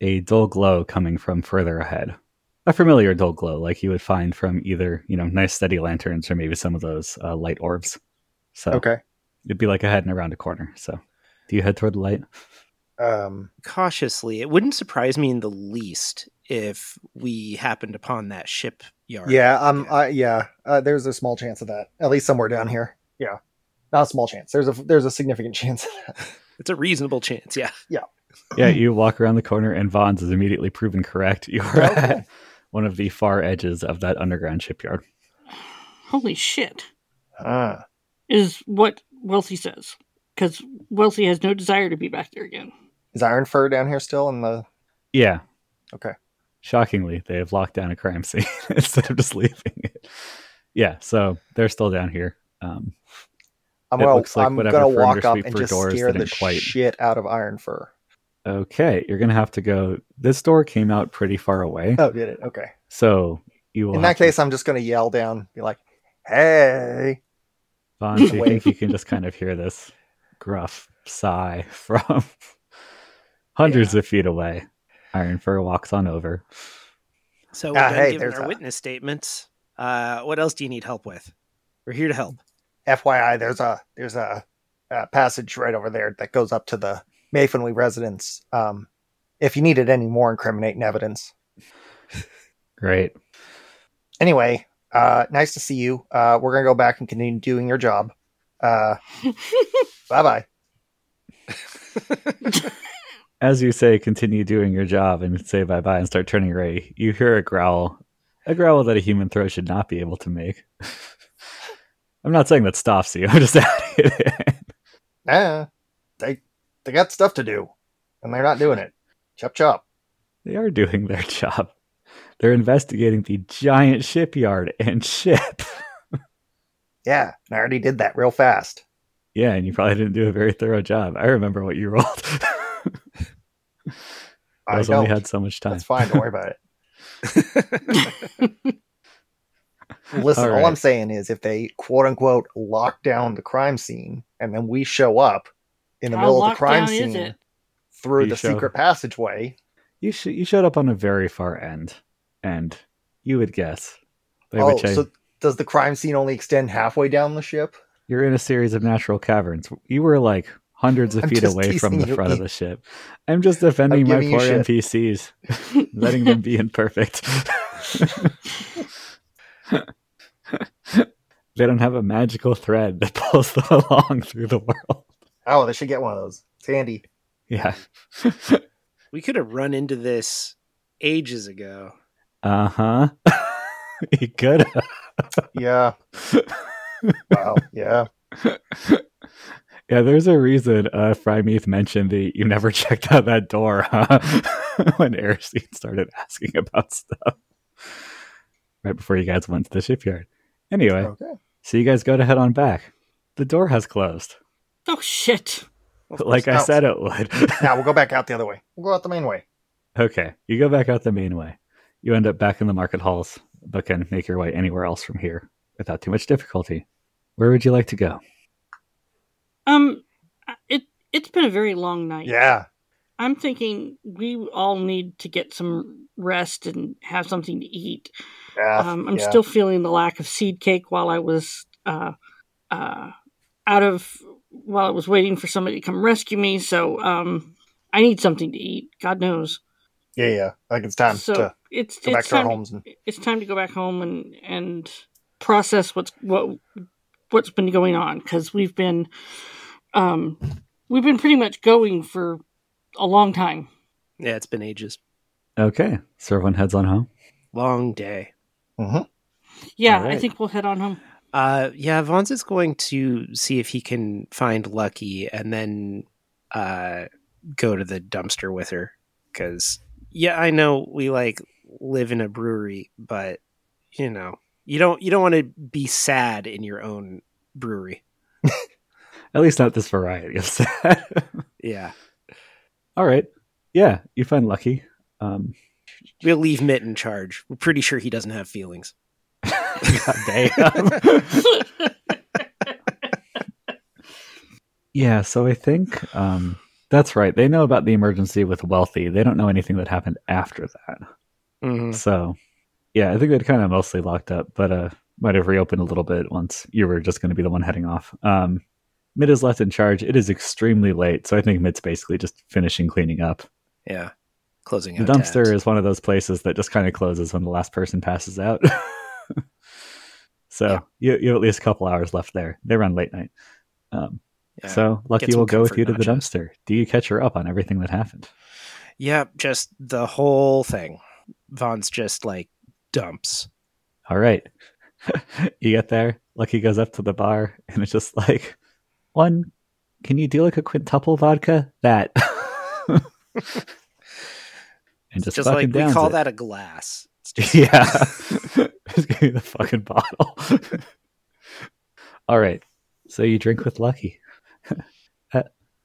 [SPEAKER 1] a dull glow coming from further ahead. A familiar dull glow, like you would find from either you know nice steady lanterns or maybe some of those uh, light orbs. So
[SPEAKER 4] Okay.
[SPEAKER 1] it'd be like a heading around a corner. So, do you head toward the light?
[SPEAKER 4] Um,
[SPEAKER 2] cautiously, it wouldn't surprise me in the least if we happened upon that shipyard.
[SPEAKER 4] yeah, um, I, yeah. Uh, there's a small chance of that. At least somewhere down here. Yeah, not a small chance. There's a there's a significant chance of that.
[SPEAKER 2] it's a reasonable chance. Yeah,
[SPEAKER 1] yeah, you walk around the corner, and Vaughn's is immediately proven correct. You are
[SPEAKER 4] Okay.
[SPEAKER 1] at one of the far edges of that underground shipyard.
[SPEAKER 5] Holy shit,
[SPEAKER 4] Ah,
[SPEAKER 5] is what Wealthy says. Because Wealthy has no desire to be back there again.
[SPEAKER 4] is Iron Fur down here still in the?
[SPEAKER 1] Yeah.
[SPEAKER 4] Okay.
[SPEAKER 1] Shockingly, they have locked down a crime scene instead of just leaving it. Yeah, so they're still down here. Um,
[SPEAKER 4] I'm
[SPEAKER 1] It
[SPEAKER 4] gonna,
[SPEAKER 1] looks like
[SPEAKER 4] I'm
[SPEAKER 1] whatever
[SPEAKER 4] gonna
[SPEAKER 1] furniture
[SPEAKER 4] walk up
[SPEAKER 1] sweep
[SPEAKER 4] and
[SPEAKER 1] for
[SPEAKER 4] just
[SPEAKER 1] doors
[SPEAKER 4] scare the
[SPEAKER 1] didn't quite-
[SPEAKER 4] shit out of Iron Fur.
[SPEAKER 1] okay, you're gonna have to go. This door came out pretty far away,
[SPEAKER 4] Oh, did it? Okay.
[SPEAKER 1] so you will.
[SPEAKER 4] in that
[SPEAKER 1] have to-
[SPEAKER 4] case, I'm just gonna yell down, be like, "Hey!"
[SPEAKER 1] Vaughn, do you
[SPEAKER 4] Wait.
[SPEAKER 1] think you can just kind of hear this gruff sigh from hundreds of feet away? Iron Fur walks on over.
[SPEAKER 2] So
[SPEAKER 4] Ah,
[SPEAKER 2] we're done
[SPEAKER 4] hey,
[SPEAKER 2] giving
[SPEAKER 4] there's
[SPEAKER 2] our
[SPEAKER 4] a-
[SPEAKER 2] witness statements. Uh, what else do you need help with? We're here to help.
[SPEAKER 4] FYI, there's a there's a, a passage right over there that goes up to the Mayfinley residence. Um, if you needed any more incriminating evidence,
[SPEAKER 1] Great.
[SPEAKER 4] anyway, uh, nice to see you. Uh, we're gonna go back and continue doing your job. Uh, bye bye.
[SPEAKER 1] As you say, continue doing your job and say bye bye and start turning away. You hear a growl, a growl that a human throat should not be able to make. I'm not saying that stops you. I'm just adding it. in.
[SPEAKER 4] Eh, they they got stuff to do, and they're not doing it. Chop chop.
[SPEAKER 1] They are doing their job. They're investigating the giant shipyard and ship.
[SPEAKER 4] Yeah, and I already did that real fast.
[SPEAKER 1] Yeah, and you probably didn't do a very thorough job. I remember what you rolled. I
[SPEAKER 4] I
[SPEAKER 1] was only
[SPEAKER 4] don't.
[SPEAKER 1] had so much time.
[SPEAKER 4] That's fine. Don't worry about it. Listen, all,
[SPEAKER 1] All right.
[SPEAKER 4] I'm saying is if they quote unquote lock down the crime scene and then we show up in the
[SPEAKER 5] How
[SPEAKER 4] middle of the
[SPEAKER 5] locked
[SPEAKER 4] crime
[SPEAKER 5] down is
[SPEAKER 4] scene
[SPEAKER 5] it?
[SPEAKER 4] through
[SPEAKER 1] You
[SPEAKER 4] the
[SPEAKER 1] show-
[SPEAKER 4] secret passageway,
[SPEAKER 1] You sh- you showed up on a very far end, and you would guess. By
[SPEAKER 4] oh,
[SPEAKER 1] which I,
[SPEAKER 4] so does the crime scene only extend halfway down the ship?
[SPEAKER 1] you're in a series of natural caverns. You were like hundreds of
[SPEAKER 4] I'm
[SPEAKER 1] feet
[SPEAKER 4] just
[SPEAKER 1] away from
[SPEAKER 4] teasing
[SPEAKER 1] the
[SPEAKER 4] you,
[SPEAKER 1] front of
[SPEAKER 4] Ian.
[SPEAKER 1] the ship. I'm just defending my
[SPEAKER 4] giving you
[SPEAKER 1] poor
[SPEAKER 4] shit.
[SPEAKER 1] NPCs, letting them be imperfect. they don't have a magical thread that pulls them along through the world.
[SPEAKER 4] Oh, they should get one of those. It's handy.
[SPEAKER 1] Yeah.
[SPEAKER 2] we could have run into this ages ago.
[SPEAKER 1] Uh huh. you could
[SPEAKER 4] Yeah. wow. Yeah.
[SPEAKER 1] Yeah, there's a reason uh, Frymeath mentioned that you never checked out that door huh? when Aristide started asking about stuff right before you guys went to the shipyard. Anyway,
[SPEAKER 4] Okay.
[SPEAKER 1] so you guys go to head on back. The door has closed,
[SPEAKER 5] oh shit.
[SPEAKER 1] like I
[SPEAKER 4] Now-
[SPEAKER 1] said it would.
[SPEAKER 4] Now we'll go back out the other way. We'll go out the main way.
[SPEAKER 1] okay, you go back out the main way. You end up back in the market halls, but can make your way anywhere else from here without too much difficulty. Where would you like to go?
[SPEAKER 5] Um, it it's been a very long night.
[SPEAKER 4] Yeah.
[SPEAKER 5] I'm thinking we all need to get some rest and have something to eat.
[SPEAKER 4] Yeah.
[SPEAKER 5] Um, I'm
[SPEAKER 4] yeah.
[SPEAKER 5] still feeling the lack of seed cake while I was uh, uh, out of while I was waiting for somebody to come rescue me. So um, I need something to eat. God knows.
[SPEAKER 4] Yeah, yeah. I think it's time
[SPEAKER 5] so
[SPEAKER 4] to
[SPEAKER 5] it's
[SPEAKER 4] go back
[SPEAKER 5] it's
[SPEAKER 4] to our
[SPEAKER 5] time
[SPEAKER 4] homes and
[SPEAKER 5] it's time to go back home and and process what's what what's been going on because we've been um we've been pretty much going for a long time
[SPEAKER 2] Yeah, it's been ages.
[SPEAKER 1] Okay, so everyone heads on home.
[SPEAKER 2] Long day.
[SPEAKER 5] yeah
[SPEAKER 1] All right.
[SPEAKER 5] i think we'll head on home
[SPEAKER 2] Uh, yeah, Vons is going to see if he can find Lucky and then uh, go to the dumpster with her. Because, yeah, I know we like live in a brewery, but you know, you don't you don't want to be sad in your own brewery.
[SPEAKER 1] At least not this variety of sad.
[SPEAKER 2] Yeah,
[SPEAKER 1] All right. Yeah, you find Lucky. Um,
[SPEAKER 2] we'll leave Mitt in charge. We're pretty sure he doesn't have feelings.
[SPEAKER 1] God damn. yeah, so I think um, that's right. They know about the emergency with Wealthy. They don't know anything that happened after that.
[SPEAKER 2] Mm-hmm.
[SPEAKER 1] So, yeah, I think they'd kind of mostly locked up, but uh, might have reopened a little bit once you were just going to be the one heading off. Um, Mid is left in charge. It is extremely late, so I think Mid's basically just finishing cleaning up.
[SPEAKER 2] Yeah, closing
[SPEAKER 1] The
[SPEAKER 2] out
[SPEAKER 1] dumpster
[SPEAKER 2] tabs.
[SPEAKER 1] is one of those places that just kind of closes when the last person passes out. so you, you have at least a couple hours left there. They run late night. Um,
[SPEAKER 2] Yeah.
[SPEAKER 1] So Lucky
[SPEAKER 2] some
[SPEAKER 1] will go with
[SPEAKER 2] comfort
[SPEAKER 1] you to the
[SPEAKER 2] nachos.
[SPEAKER 1] dumpster. Do you catch her up on everything that happened?
[SPEAKER 2] Yeah, just the whole thing. Vaughn's just like dumps.
[SPEAKER 1] All right. you get there. Lucky goes up to the bar and it's just like, one, can you do like a quintuple vodka? That. and just,
[SPEAKER 2] Just like
[SPEAKER 1] fucking
[SPEAKER 2] we
[SPEAKER 1] downs
[SPEAKER 2] call
[SPEAKER 1] it.
[SPEAKER 2] that a glass. It's just-
[SPEAKER 1] Yeah. Just give me the fucking bottle. All right. So you drink with Lucky. Uh,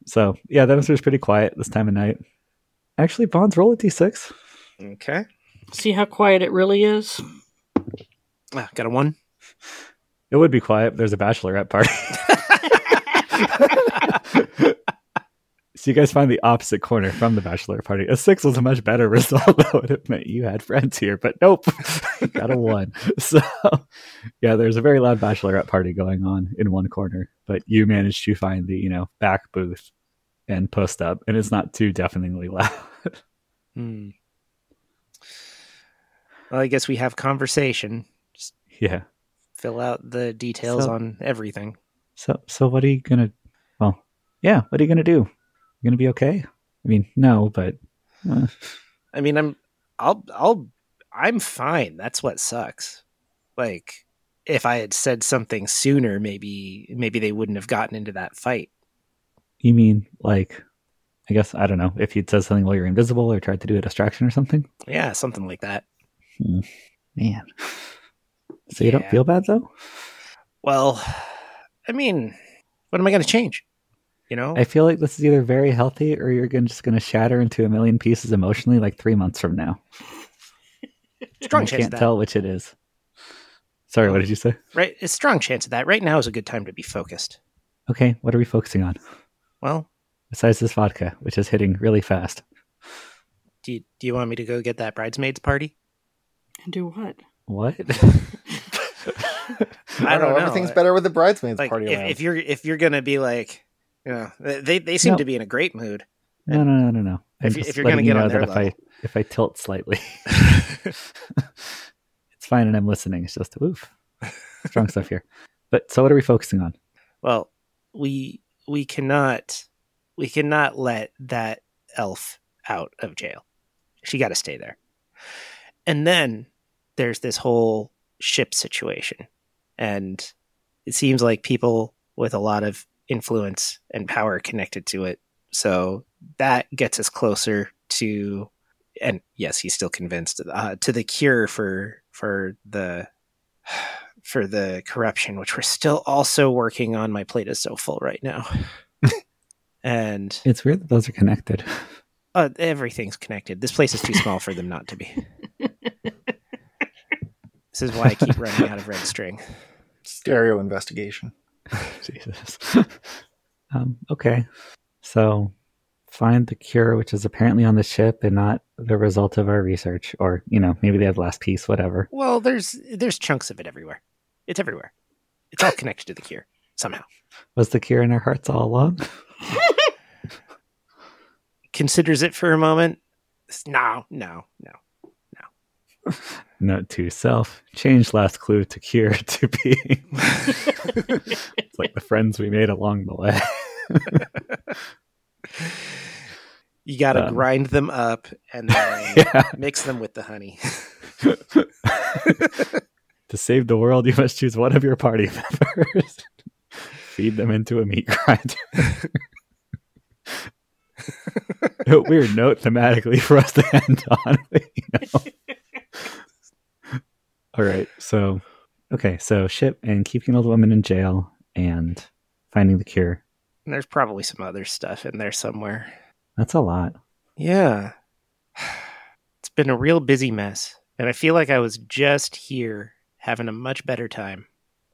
[SPEAKER 1] so, yeah, that was pretty quiet this time of night. Actually, Bonds, roll a d6.
[SPEAKER 2] Okay.
[SPEAKER 5] see how quiet it really is
[SPEAKER 2] Ah, got a one.
[SPEAKER 1] It would be quiet, but there's a bachelorette party. so you guys find the opposite corner from the bachelor party. A six was a much better result. That would have meant you had friends here, but nope, got a one. So yeah, there's a very loud bachelorette party going on in one corner, but you managed to find the you know back booth and post up, and it's not too deafeningly loud.
[SPEAKER 2] Hmm. Well, I guess we have conversation.
[SPEAKER 1] yeah.
[SPEAKER 2] Fill out the details
[SPEAKER 1] So-
[SPEAKER 2] on everything.
[SPEAKER 1] So so what are you gonna? Well, yeah, what are you gonna do? You gonna be okay? I mean, no, but uh,
[SPEAKER 2] I mean, I'm, I'll, I'll, I'm fine. That's what sucks. Like, if I had said something sooner, maybe, maybe they wouldn't have gotten into that fight.
[SPEAKER 1] You mean like, I guess I don't know if you'd said something while you're invisible or tried to do a distraction or something.
[SPEAKER 2] Yeah, something like that.
[SPEAKER 1] Man, so you don't
[SPEAKER 2] Yeah.
[SPEAKER 1] feel bad though.
[SPEAKER 2] Well, I mean, what am I going to change? You know,
[SPEAKER 1] I feel like this is either very healthy or you're gonna, just going to shatter into a million pieces emotionally like three months from now.
[SPEAKER 2] strong
[SPEAKER 1] I
[SPEAKER 2] chance of
[SPEAKER 1] can't
[SPEAKER 2] that,
[SPEAKER 1] tell which it is. Sorry, what did you say?
[SPEAKER 2] right? A strong chance of that. Right now is a good time to be focused.
[SPEAKER 1] Okay, what are we focusing on
[SPEAKER 2] Well,
[SPEAKER 1] besides this vodka, which is hitting really fast?
[SPEAKER 2] do you, do you want me to go get that bridesmaids party?
[SPEAKER 5] and do what
[SPEAKER 1] What?
[SPEAKER 2] I don't know.
[SPEAKER 4] Everything's better with the bridesmaids
[SPEAKER 2] Like,
[SPEAKER 4] party
[SPEAKER 2] if,
[SPEAKER 4] around.
[SPEAKER 2] if you're if you're gonna be like, you know, they they seem
[SPEAKER 1] No.
[SPEAKER 2] to be in a great mood.
[SPEAKER 1] no, no, no, no, no. I'm
[SPEAKER 2] If you-
[SPEAKER 1] just
[SPEAKER 2] if you're
[SPEAKER 1] letting
[SPEAKER 2] gonna get
[SPEAKER 1] you know
[SPEAKER 2] on their
[SPEAKER 1] that if I
[SPEAKER 2] level.
[SPEAKER 1] if I tilt slightly, it's fine, and I'm listening. It's just oof, strong stuff here. But so, what are we focusing on?
[SPEAKER 2] Well, we we cannot we cannot let that elf out of jail. She got to stay there. And then there's this whole ship situation, and it seems like people with a lot of influence and power connected to it. So that gets us closer to, and yes, he's still convinced uh, to the cure for for the for the corruption, which we're still also working on. My plate is so full right now. and
[SPEAKER 1] It's weird that those are connected.
[SPEAKER 2] uh, everything's connected. This place is too small for them not to be. this is why I keep running out of red string.
[SPEAKER 4] Stereo investigation.
[SPEAKER 1] Jesus. um, okay, so find the cure, which is apparently on the ship and not the result of our research, or you know, maybe they have the last piece, whatever.
[SPEAKER 2] Well, there's there's chunks of it everywhere. It's everywhere. It's all connected to the cure. somehow.
[SPEAKER 1] Was the cure in her hearts all along?
[SPEAKER 2] Considers it for a moment. No, no, no.
[SPEAKER 1] Note to self: change last clue to cure to being. it's like the friends we made along the way.
[SPEAKER 2] You got to
[SPEAKER 1] Um.
[SPEAKER 2] grind them up and then
[SPEAKER 1] yeah.
[SPEAKER 2] mix them with the honey.
[SPEAKER 1] to save the world, you must choose one of your party members. Feed them into a meat grinder. a weird note thematically for us to end on. you know? All right. So, okay. So, ship and keeping all the women in jail and finding the cure.
[SPEAKER 2] And there's probably some other stuff in there somewhere.
[SPEAKER 1] That's a lot.
[SPEAKER 2] Yeah. It's been a real busy mess. And I feel like I was just here having a much better time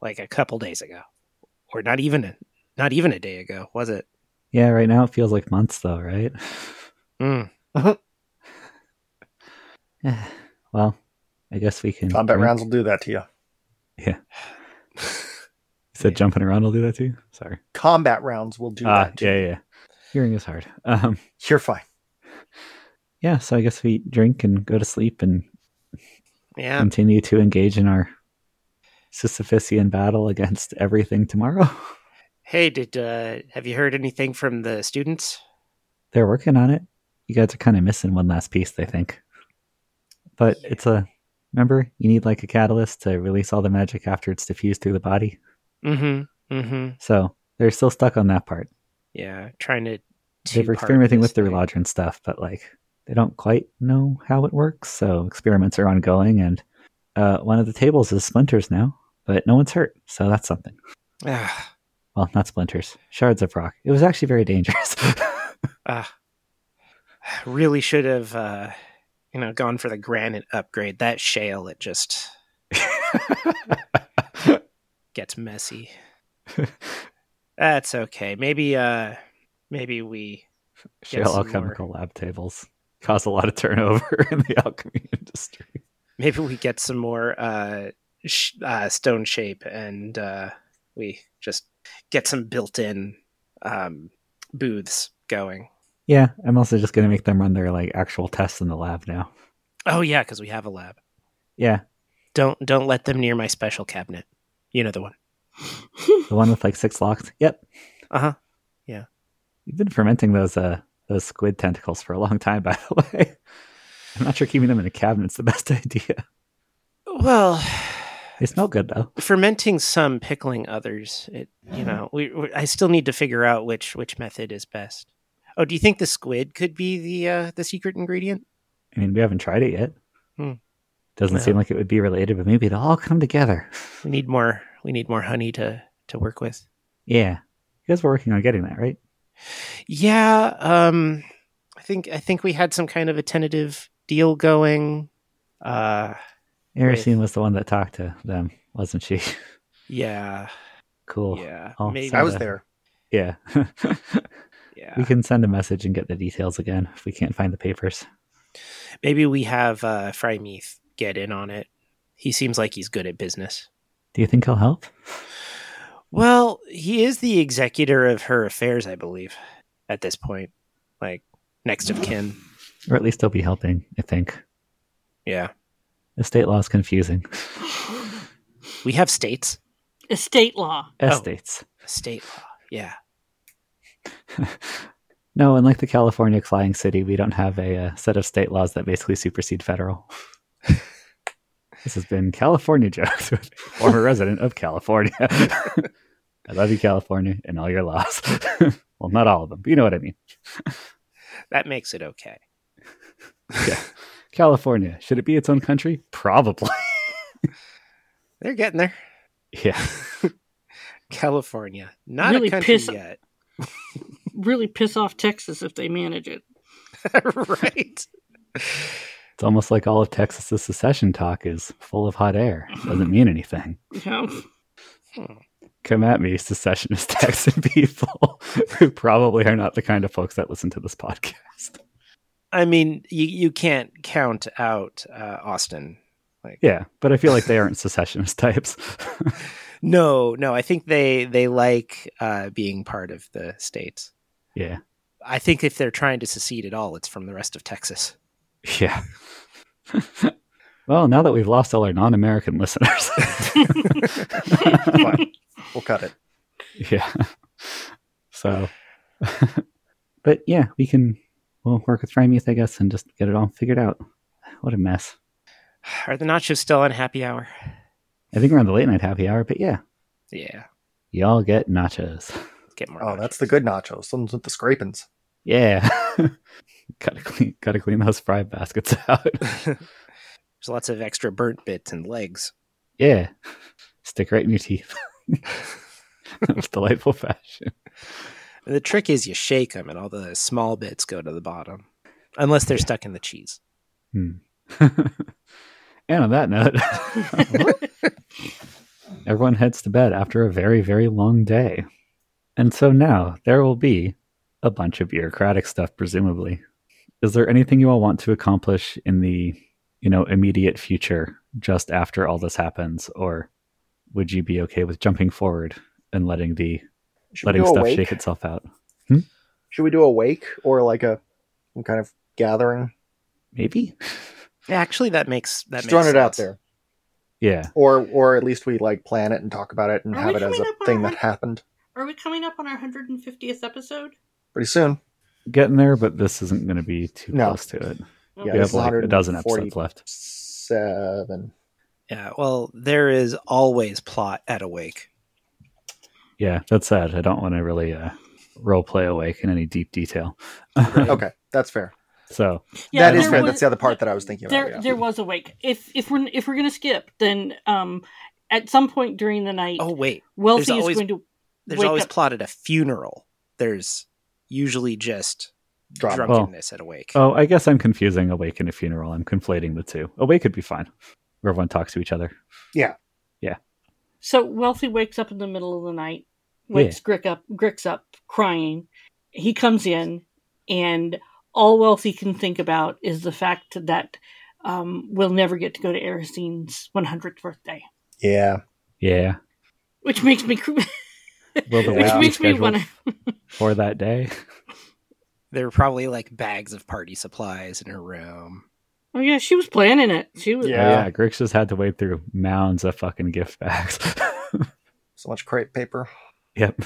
[SPEAKER 2] like a couple days ago. Or not even a, not even a day ago, was it?
[SPEAKER 1] Yeah. Right now, it feels like months, though, right?
[SPEAKER 2] Mm.
[SPEAKER 1] well, I guess we can.
[SPEAKER 4] Combat
[SPEAKER 1] rank-
[SPEAKER 4] rounds will do that to you.
[SPEAKER 1] You said jumping around will do that too? Sorry.
[SPEAKER 4] Combat rounds will do
[SPEAKER 1] Ah,
[SPEAKER 4] that. to
[SPEAKER 1] yeah,
[SPEAKER 4] you.
[SPEAKER 1] yeah. yeah. Hearing is hard. Um,
[SPEAKER 4] You're fine.
[SPEAKER 1] yeah, so I guess we drink and go to sleep and
[SPEAKER 2] Yeah.
[SPEAKER 1] continue to engage in our Sisyphusian battle against everything tomorrow.
[SPEAKER 2] Hey, did uh have you heard anything from the students?
[SPEAKER 1] They're working on it. You guys are kind of missing one last piece, they think. But it's a remember, you need like a catalyst to release all the magic after it's diffused through the body.
[SPEAKER 2] Mm-hmm. Mm-hmm.
[SPEAKER 1] So they're still stuck on that part.
[SPEAKER 2] Yeah. Trying to
[SPEAKER 1] they were experimenting with the
[SPEAKER 2] their
[SPEAKER 1] reloger and stuff, but like they don't quite know how it works. So experiments are ongoing, and uh, one of the tables is splinters now, but no one's hurt, so that's something.
[SPEAKER 2] Ah,
[SPEAKER 1] Well, not splinters, shards of rock. It was actually very dangerous.
[SPEAKER 2] really should have uh you know gone for the granite upgrade. That shale it just gets messy. That's okay. Maybe uh maybe we
[SPEAKER 1] Shell
[SPEAKER 2] some more.
[SPEAKER 1] alchemical lab tables cause a lot of turnover in the alchemy industry.
[SPEAKER 2] maybe we get some more uh, sh- uh stone shape and uh we just get some built-in um booths going.
[SPEAKER 1] Yeah, I'm also just gonna make them run their like actual tests in the lab now.
[SPEAKER 2] Oh yeah, cuz we have a lab.
[SPEAKER 1] Yeah,
[SPEAKER 2] Don't don't let them near my special cabinet. You know the one.
[SPEAKER 1] the one with like six locks. Yep,
[SPEAKER 2] Uh-huh.
[SPEAKER 1] You've been fermenting those uh those squid tentacles for a long time, by the way. I'm not sure keeping them in a cabinet's the best idea.
[SPEAKER 2] Well,
[SPEAKER 1] They smell good though.
[SPEAKER 2] fermenting some, pickling others. It, you know, we, we, I still need to figure out which which method is best. Oh, do you think the squid could be the uh, the secret ingredient?
[SPEAKER 1] I mean, we haven't tried it yet.
[SPEAKER 2] Hmm.
[SPEAKER 1] Doesn't
[SPEAKER 2] Yeah.
[SPEAKER 1] seem like it would be related, but maybe they'll all come together.
[SPEAKER 2] We need more. We need more honey to to work with.
[SPEAKER 1] Yeah, you guys were working on getting that, right?
[SPEAKER 2] Yeah, um, I think I think we had some kind of a tentative deal going. Uh,
[SPEAKER 1] Erosine was the one that talked to them, wasn't she?
[SPEAKER 2] yeah,
[SPEAKER 1] cool.
[SPEAKER 2] yeah,
[SPEAKER 1] I'll
[SPEAKER 2] maybe.
[SPEAKER 4] I was
[SPEAKER 1] Yeah.
[SPEAKER 4] there.
[SPEAKER 1] Yeah.
[SPEAKER 2] Yeah.
[SPEAKER 1] we can send a message and get the details again if we can't find the papers.
[SPEAKER 2] Maybe we have uh, Frymeath get in on it. He seems like he's good at business.
[SPEAKER 1] Do you think he'll help?
[SPEAKER 2] Well, he is the executor of her affairs, I believe, at this point. Like next of kin.
[SPEAKER 1] Or at least he'll be helping, I think.
[SPEAKER 2] Yeah.
[SPEAKER 1] Estate law is confusing.
[SPEAKER 2] We have states.
[SPEAKER 5] Estate law.
[SPEAKER 1] Estates.
[SPEAKER 2] State law. Yeah.
[SPEAKER 1] no, unlike the California flying city, we don't have a, uh set of state laws that basically supersede federal. this has been California jokes with former resident of California. I love you, California, and all your laws. well, not all of them, but you know what I mean.
[SPEAKER 2] That makes it okay.
[SPEAKER 1] California should it be its own country? Probably.
[SPEAKER 2] They're getting there.
[SPEAKER 1] yeah.
[SPEAKER 2] California. Not
[SPEAKER 5] Really
[SPEAKER 2] a country
[SPEAKER 5] piss-
[SPEAKER 2] yet.
[SPEAKER 5] Really piss off Texas if they manage it.
[SPEAKER 2] right.
[SPEAKER 1] It's almost like all of Texas's secession talk is full of hot air. Doesn't mean anything.
[SPEAKER 5] You know?
[SPEAKER 1] Come at me, secessionist Texan people who probably are not the kind of folks that listen to this podcast.
[SPEAKER 2] I mean, you, you can't count out uh, Austin.
[SPEAKER 1] Yeah, but I feel like they aren't secessionist types.
[SPEAKER 2] No, no. I think they they like uh, being part of the state.
[SPEAKER 1] Yeah.
[SPEAKER 2] I think if they're trying to secede at all, it's from the rest of Texas.
[SPEAKER 1] Yeah. well, now that we've lost all our non American listeners.
[SPEAKER 4] Fine. We'll cut it.
[SPEAKER 1] yeah. So, but yeah, we can, we'll work with Frymuth, I guess, and just get it all figured out. What a mess.
[SPEAKER 2] Are the nachos still on happy hour?
[SPEAKER 1] I think we're on the late night happy hour, but yeah,
[SPEAKER 2] Yeah.
[SPEAKER 1] y'all get nachos.
[SPEAKER 2] Get more.
[SPEAKER 4] Oh, that's
[SPEAKER 2] nachos.
[SPEAKER 4] the good nachos. The ones with the scrapings.
[SPEAKER 1] Yeah. gotta clean, gotta clean those fry baskets out.
[SPEAKER 2] There's lots of extra burnt bits and legs.
[SPEAKER 1] yeah. Stick right in your teeth. that was delightful fashion.
[SPEAKER 2] And the trick is you shake them, and all the small bits go to the bottom, unless they're stuck in the cheese.
[SPEAKER 1] and on that note, everyone heads to bed after a very, very long day. And so now there will be a bunch of bureaucratic stuff, presumably. Is there anything you all want to accomplish in the, you know, immediate future just after all this happens? Or would you be okay with jumping forward and letting the
[SPEAKER 4] Should
[SPEAKER 1] letting
[SPEAKER 4] we do
[SPEAKER 1] stuff
[SPEAKER 4] awake?
[SPEAKER 1] shake itself out?
[SPEAKER 4] Should we do a wake or like a some kind of gathering?
[SPEAKER 1] Maybe?
[SPEAKER 2] Yeah, actually, that makes that
[SPEAKER 4] Just
[SPEAKER 2] makes
[SPEAKER 4] throwing it out
[SPEAKER 2] sense.
[SPEAKER 4] there,
[SPEAKER 1] Yeah.
[SPEAKER 4] or or at least we like plan it and talk about it and
[SPEAKER 5] Are
[SPEAKER 4] have
[SPEAKER 5] we
[SPEAKER 4] it as
[SPEAKER 5] coming
[SPEAKER 4] a
[SPEAKER 5] up
[SPEAKER 4] thing
[SPEAKER 5] on-
[SPEAKER 4] that happened
[SPEAKER 5] Are we coming up on our 150th episode?
[SPEAKER 4] pretty soon.
[SPEAKER 1] Getting there, but this isn't gonna be too
[SPEAKER 4] No.
[SPEAKER 1] close to it. we
[SPEAKER 4] Yeah, this
[SPEAKER 1] have
[SPEAKER 4] is
[SPEAKER 1] like a dozen
[SPEAKER 4] 140.
[SPEAKER 1] episodes left.
[SPEAKER 4] Seven.
[SPEAKER 2] Yeah. Well, there is always plot at awake.
[SPEAKER 1] Yeah, that's sad. I don't want to really uh, role play awake in any deep detail.
[SPEAKER 4] Okay, that's fair.
[SPEAKER 1] so
[SPEAKER 4] that is
[SPEAKER 5] there
[SPEAKER 4] fair.
[SPEAKER 5] was-
[SPEAKER 4] that's the other part that I was thinking
[SPEAKER 5] There,
[SPEAKER 4] about. Yeah.
[SPEAKER 5] there was a wake. If if we're if we're gonna skip, then um, at some point during the night,
[SPEAKER 2] Oh wait,
[SPEAKER 5] Wealthy
[SPEAKER 2] always-
[SPEAKER 5] is going to.
[SPEAKER 2] there's
[SPEAKER 5] wake
[SPEAKER 2] always
[SPEAKER 5] up.
[SPEAKER 2] plot at a funeral. There's usually just
[SPEAKER 4] Drama.
[SPEAKER 2] drunkenness at awake.
[SPEAKER 1] Oh, I guess I'm confusing awake and a funeral. I'm conflating the two. Awake could be fine, where everyone talks to each other.
[SPEAKER 5] So Wealthy wakes up in the middle of the night, wakes Grick up, Grick's up, crying. He comes in, and all Wealthy can think about is the fact that um, we'll never get to go to Aristine's 100th birthday,
[SPEAKER 4] yeah.
[SPEAKER 1] Yeah.
[SPEAKER 5] which makes me cr-
[SPEAKER 1] Will the
[SPEAKER 4] Which
[SPEAKER 1] wake
[SPEAKER 5] makes
[SPEAKER 1] be
[SPEAKER 5] me
[SPEAKER 1] scheduled
[SPEAKER 5] wanna-
[SPEAKER 1] for that day?
[SPEAKER 2] There were probably like bags of party supplies in her room.
[SPEAKER 5] Oh yeah, she was planning it. She was.
[SPEAKER 1] Yeah.
[SPEAKER 4] Yeah.
[SPEAKER 1] Oh, yeah. Griggs just had to wade through mounds of fucking gift bags.
[SPEAKER 4] So much crepe paper.
[SPEAKER 1] yep.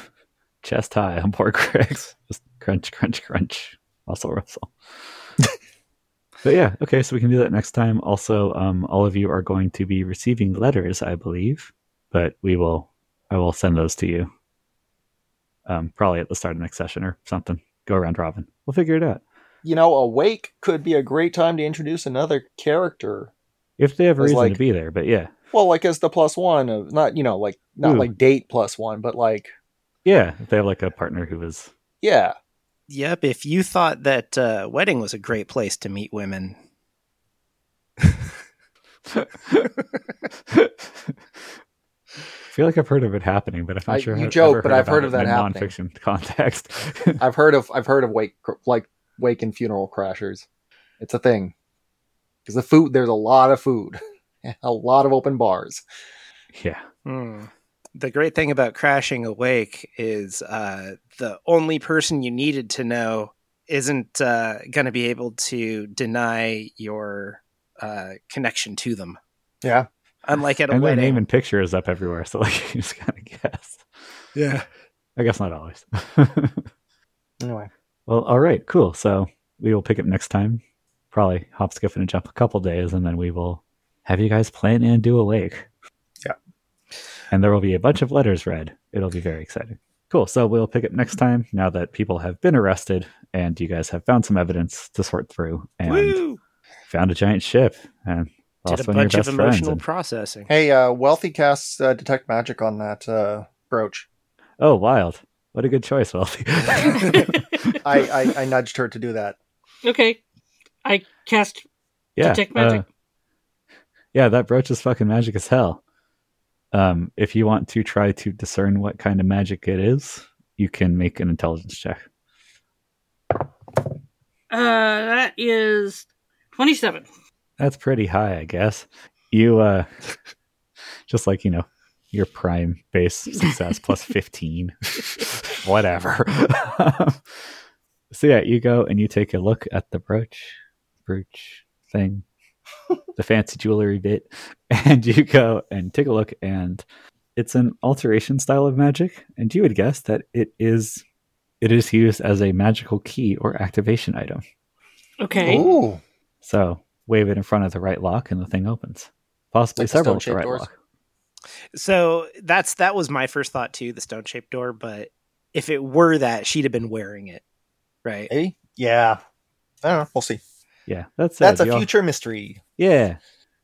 [SPEAKER 1] Chest high on poor Griggs. Just crunch, crunch, crunch. Russell, Russell. but yeah, okay, so we can do that next time. Also, um, all of you are going to be receiving letters, I believe, but we will, I will send those to you. Um, probably at the start of next session or something. Go around Robin. We'll figure it out.
[SPEAKER 4] You know, awake could be a great time to introduce another character.
[SPEAKER 1] If they have a
[SPEAKER 4] It's
[SPEAKER 1] reason to
[SPEAKER 4] like-
[SPEAKER 1] be there, but yeah.
[SPEAKER 4] Well, like as the plus one of not you know like not
[SPEAKER 1] Ooh.
[SPEAKER 4] like date plus one, but like
[SPEAKER 1] Yeah, if they have like a partner who is
[SPEAKER 4] yeah,
[SPEAKER 2] Yep. If you thought that uh, wedding was a great place to meet women,
[SPEAKER 1] I feel like I've heard of it happening, but I'm not
[SPEAKER 4] I-
[SPEAKER 1] sure.
[SPEAKER 4] you
[SPEAKER 1] I've
[SPEAKER 4] joke,
[SPEAKER 1] ever
[SPEAKER 4] but I've
[SPEAKER 1] about
[SPEAKER 4] heard of
[SPEAKER 1] it in
[SPEAKER 4] that
[SPEAKER 1] a
[SPEAKER 4] happening.
[SPEAKER 1] Nonfiction context.
[SPEAKER 4] I've heard of I've heard of wake cr- like wake and funeral crashers. It's a thing because the food there's a lot of food, a lot of open bars.
[SPEAKER 1] yeah,
[SPEAKER 2] Hmm. the great thing about crashing awake is uh, the only person you needed to know isn't uh, going to be able to deny your uh, connection to them.
[SPEAKER 4] Yeah.
[SPEAKER 2] Unlike at a
[SPEAKER 1] and their
[SPEAKER 2] wedding.
[SPEAKER 1] name and picture is up everywhere, so like you just gotta guess.
[SPEAKER 2] yeah.
[SPEAKER 1] I guess not always.
[SPEAKER 4] Anyway,
[SPEAKER 1] well, all right, cool. So we will pick up next time. Probably hop, skip, and a jump a couple days, and then we will have you guys plan and do a lake.
[SPEAKER 4] Yeah.
[SPEAKER 1] And there will be a bunch of letters read. It'll be very exciting. Cool. So we'll pick up next time now that people have been arrested and you guys have found some evidence to sort through and
[SPEAKER 2] Woo!
[SPEAKER 1] found a giant ship and
[SPEAKER 2] Did a
[SPEAKER 1] lost one of
[SPEAKER 2] bunch
[SPEAKER 1] your
[SPEAKER 2] of
[SPEAKER 1] best friends.
[SPEAKER 2] emotional
[SPEAKER 1] and-
[SPEAKER 2] processing.
[SPEAKER 4] hey, uh, wealthy casts uh, detect magic on that uh, brooch.
[SPEAKER 1] oh, wild. What a good choice, Wealthy.
[SPEAKER 4] I, I I nudged her to do that.
[SPEAKER 5] Okay, I cast
[SPEAKER 1] yeah,
[SPEAKER 5] Detect magic.
[SPEAKER 1] uh, yeah, that brooch is fucking magic as hell. Um, if you want to try to discern what kind of magic it is, you can make an intelligence check.
[SPEAKER 5] Uh, that is 27.
[SPEAKER 1] That's pretty high, I guess. You uh, just like you know, your prime base success plus 15 whatever so yeah you go and you take a look at the brooch brooch thing the fancy jewelry bit and you go and take a look and it's an alteration style of magic and you would guess that it is it is used as a magical key or activation item
[SPEAKER 5] Okay.
[SPEAKER 4] Ooh.
[SPEAKER 1] so wave it in front of the right lock and the thing opens possibly
[SPEAKER 4] Like the
[SPEAKER 1] several at the
[SPEAKER 4] stone-shaped
[SPEAKER 1] right
[SPEAKER 4] doors?
[SPEAKER 1] lock
[SPEAKER 2] So that's that was my first thought too, the stone shaped door. But if it were that, she'd have been wearing it, right?
[SPEAKER 4] Maybe? Yeah. I don't know. We'll see.
[SPEAKER 1] yeah that's
[SPEAKER 4] That's
[SPEAKER 1] it. You
[SPEAKER 4] a
[SPEAKER 1] all-
[SPEAKER 4] future mystery.
[SPEAKER 1] Yeah.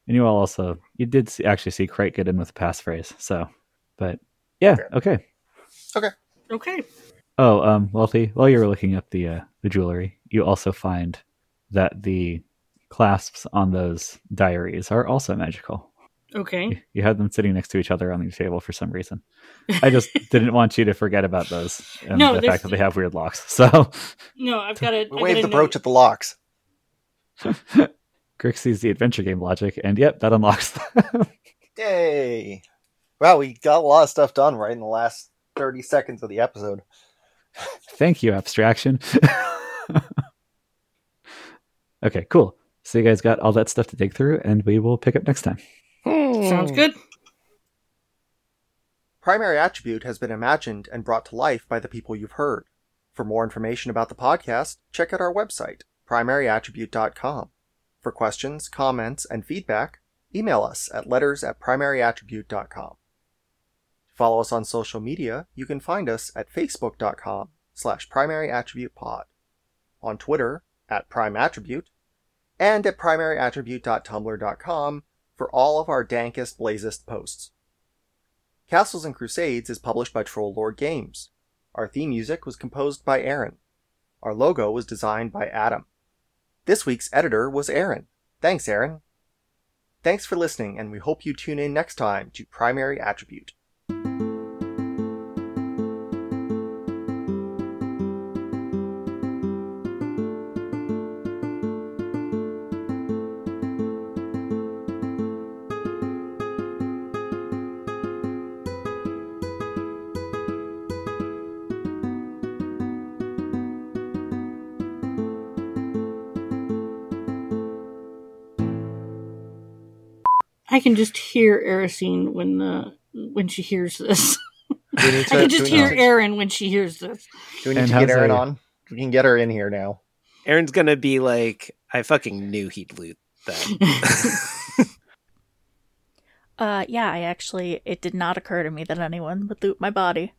[SPEAKER 1] And you all also you did see, actually see Crate get in with the passphrase. So, but yeah, okay.
[SPEAKER 5] Okay.
[SPEAKER 1] Oh, um, wealthy. While you were looking up the uh, the jewelry, you also find that the clasps on those diaries are also magical.
[SPEAKER 4] Hmm.
[SPEAKER 5] Okay.
[SPEAKER 1] You, you had them sitting next to each other on your table for some reason. I just didn't want you to forget about those and
[SPEAKER 5] No,
[SPEAKER 1] the
[SPEAKER 5] there's-
[SPEAKER 1] fact that they have weird locks. So,
[SPEAKER 5] No, I've got it.
[SPEAKER 4] We wave the brooch at the locks.
[SPEAKER 1] Grix sees the adventure game logic, and yep, that unlocks them.
[SPEAKER 4] Yay. Wow, we got a lot of stuff done right in the last 30 seconds of the episode.
[SPEAKER 1] Thank you, abstraction. okay, cool. So you guys got all that stuff to dig through, and we will pick up next time.
[SPEAKER 5] Sounds good.
[SPEAKER 4] Primary Attribute has been imagined and brought to life by the people you've heard. For more information about the podcast, check out our website, primaryattribute.com. For questions, comments, and feedback, email us at letters at primaryattribute.com. Follow us on social media. You can find us at facebook.com slash primaryattributepod, on Twitter at primeattribute, and at primaryattribute.tumblr.com for all of our dankest, blazest posts. Castles and Crusades is published by Troll Lord Games. Our theme music was composed by Aaron. Our logo was designed by Adam. This week's editor was Aaron. Thanks, Aaron. Thanks for listening, and we hope you tune in next time to Primary Attribute.
[SPEAKER 5] I can just hear Erisine when the when she hears this.
[SPEAKER 4] We need
[SPEAKER 5] I
[SPEAKER 4] to-
[SPEAKER 5] can
[SPEAKER 4] do
[SPEAKER 5] just
[SPEAKER 4] we
[SPEAKER 5] hear
[SPEAKER 4] need to-
[SPEAKER 5] Erin when she hears this.
[SPEAKER 4] Do we need
[SPEAKER 1] And
[SPEAKER 4] to
[SPEAKER 1] how's
[SPEAKER 4] get Aaron
[SPEAKER 1] Aaron?
[SPEAKER 4] on? We can get her in here now.
[SPEAKER 2] Aaron's gonna be like, I fucking knew he'd loot that.
[SPEAKER 6] Uh, yeah, I actually, it did not occur to me that anyone would loot my body.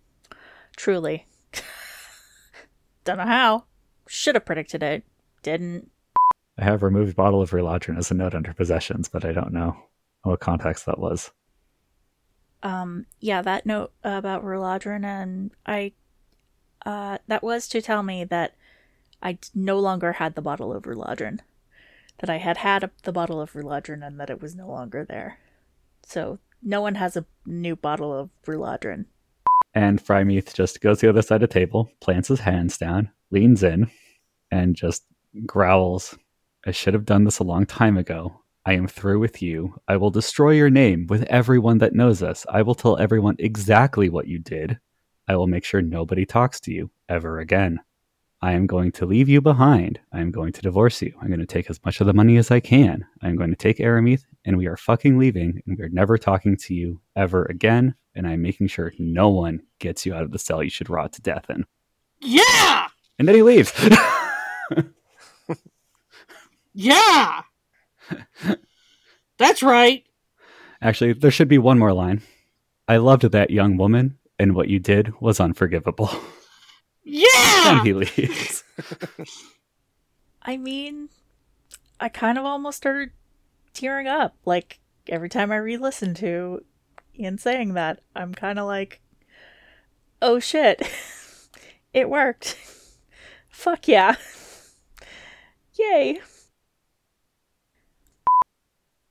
[SPEAKER 6] Truly. Don't know how. Should have predicted it. Didn't.
[SPEAKER 1] I have removed bottle of relogen as a note under possessions, but I don't know what context that was.
[SPEAKER 6] Um, yeah, that note about Ruladrin and I, uh, that was to tell me that I d- no longer had the bottle of Ruladrin. That I had had a, the bottle of Ruladrin and that it was no longer there. So, no one has a new bottle of Ruladrin.
[SPEAKER 1] And Frymeath just goes to the other side of the table, plants his hands down, leans in, and just growls, I should have done this a long time ago. I am through with you. I will destroy your name with everyone that knows us. I will tell everyone exactly what you did. I will make sure nobody talks to you ever again. I am going to leave you behind. I am going to divorce you. I'm going to take as much of the money as I can. I am going to take Aramith, and we are fucking leaving, and we are never talking to you ever again. And I'm making sure no one gets you out of the cell you should rot to death in.
[SPEAKER 5] Yeah.
[SPEAKER 1] And then he leaves.
[SPEAKER 5] Yeah. That's right.
[SPEAKER 1] Actually, there should be one more line. I loved that young woman, and what you did was unforgivable. and
[SPEAKER 5] Yeah.
[SPEAKER 1] he leaves.
[SPEAKER 6] I mean, I kind of almost started tearing up. Like every time I re listen to Ian saying that, I'm kind of like, oh shit, it worked. Fuck yeah. Yay.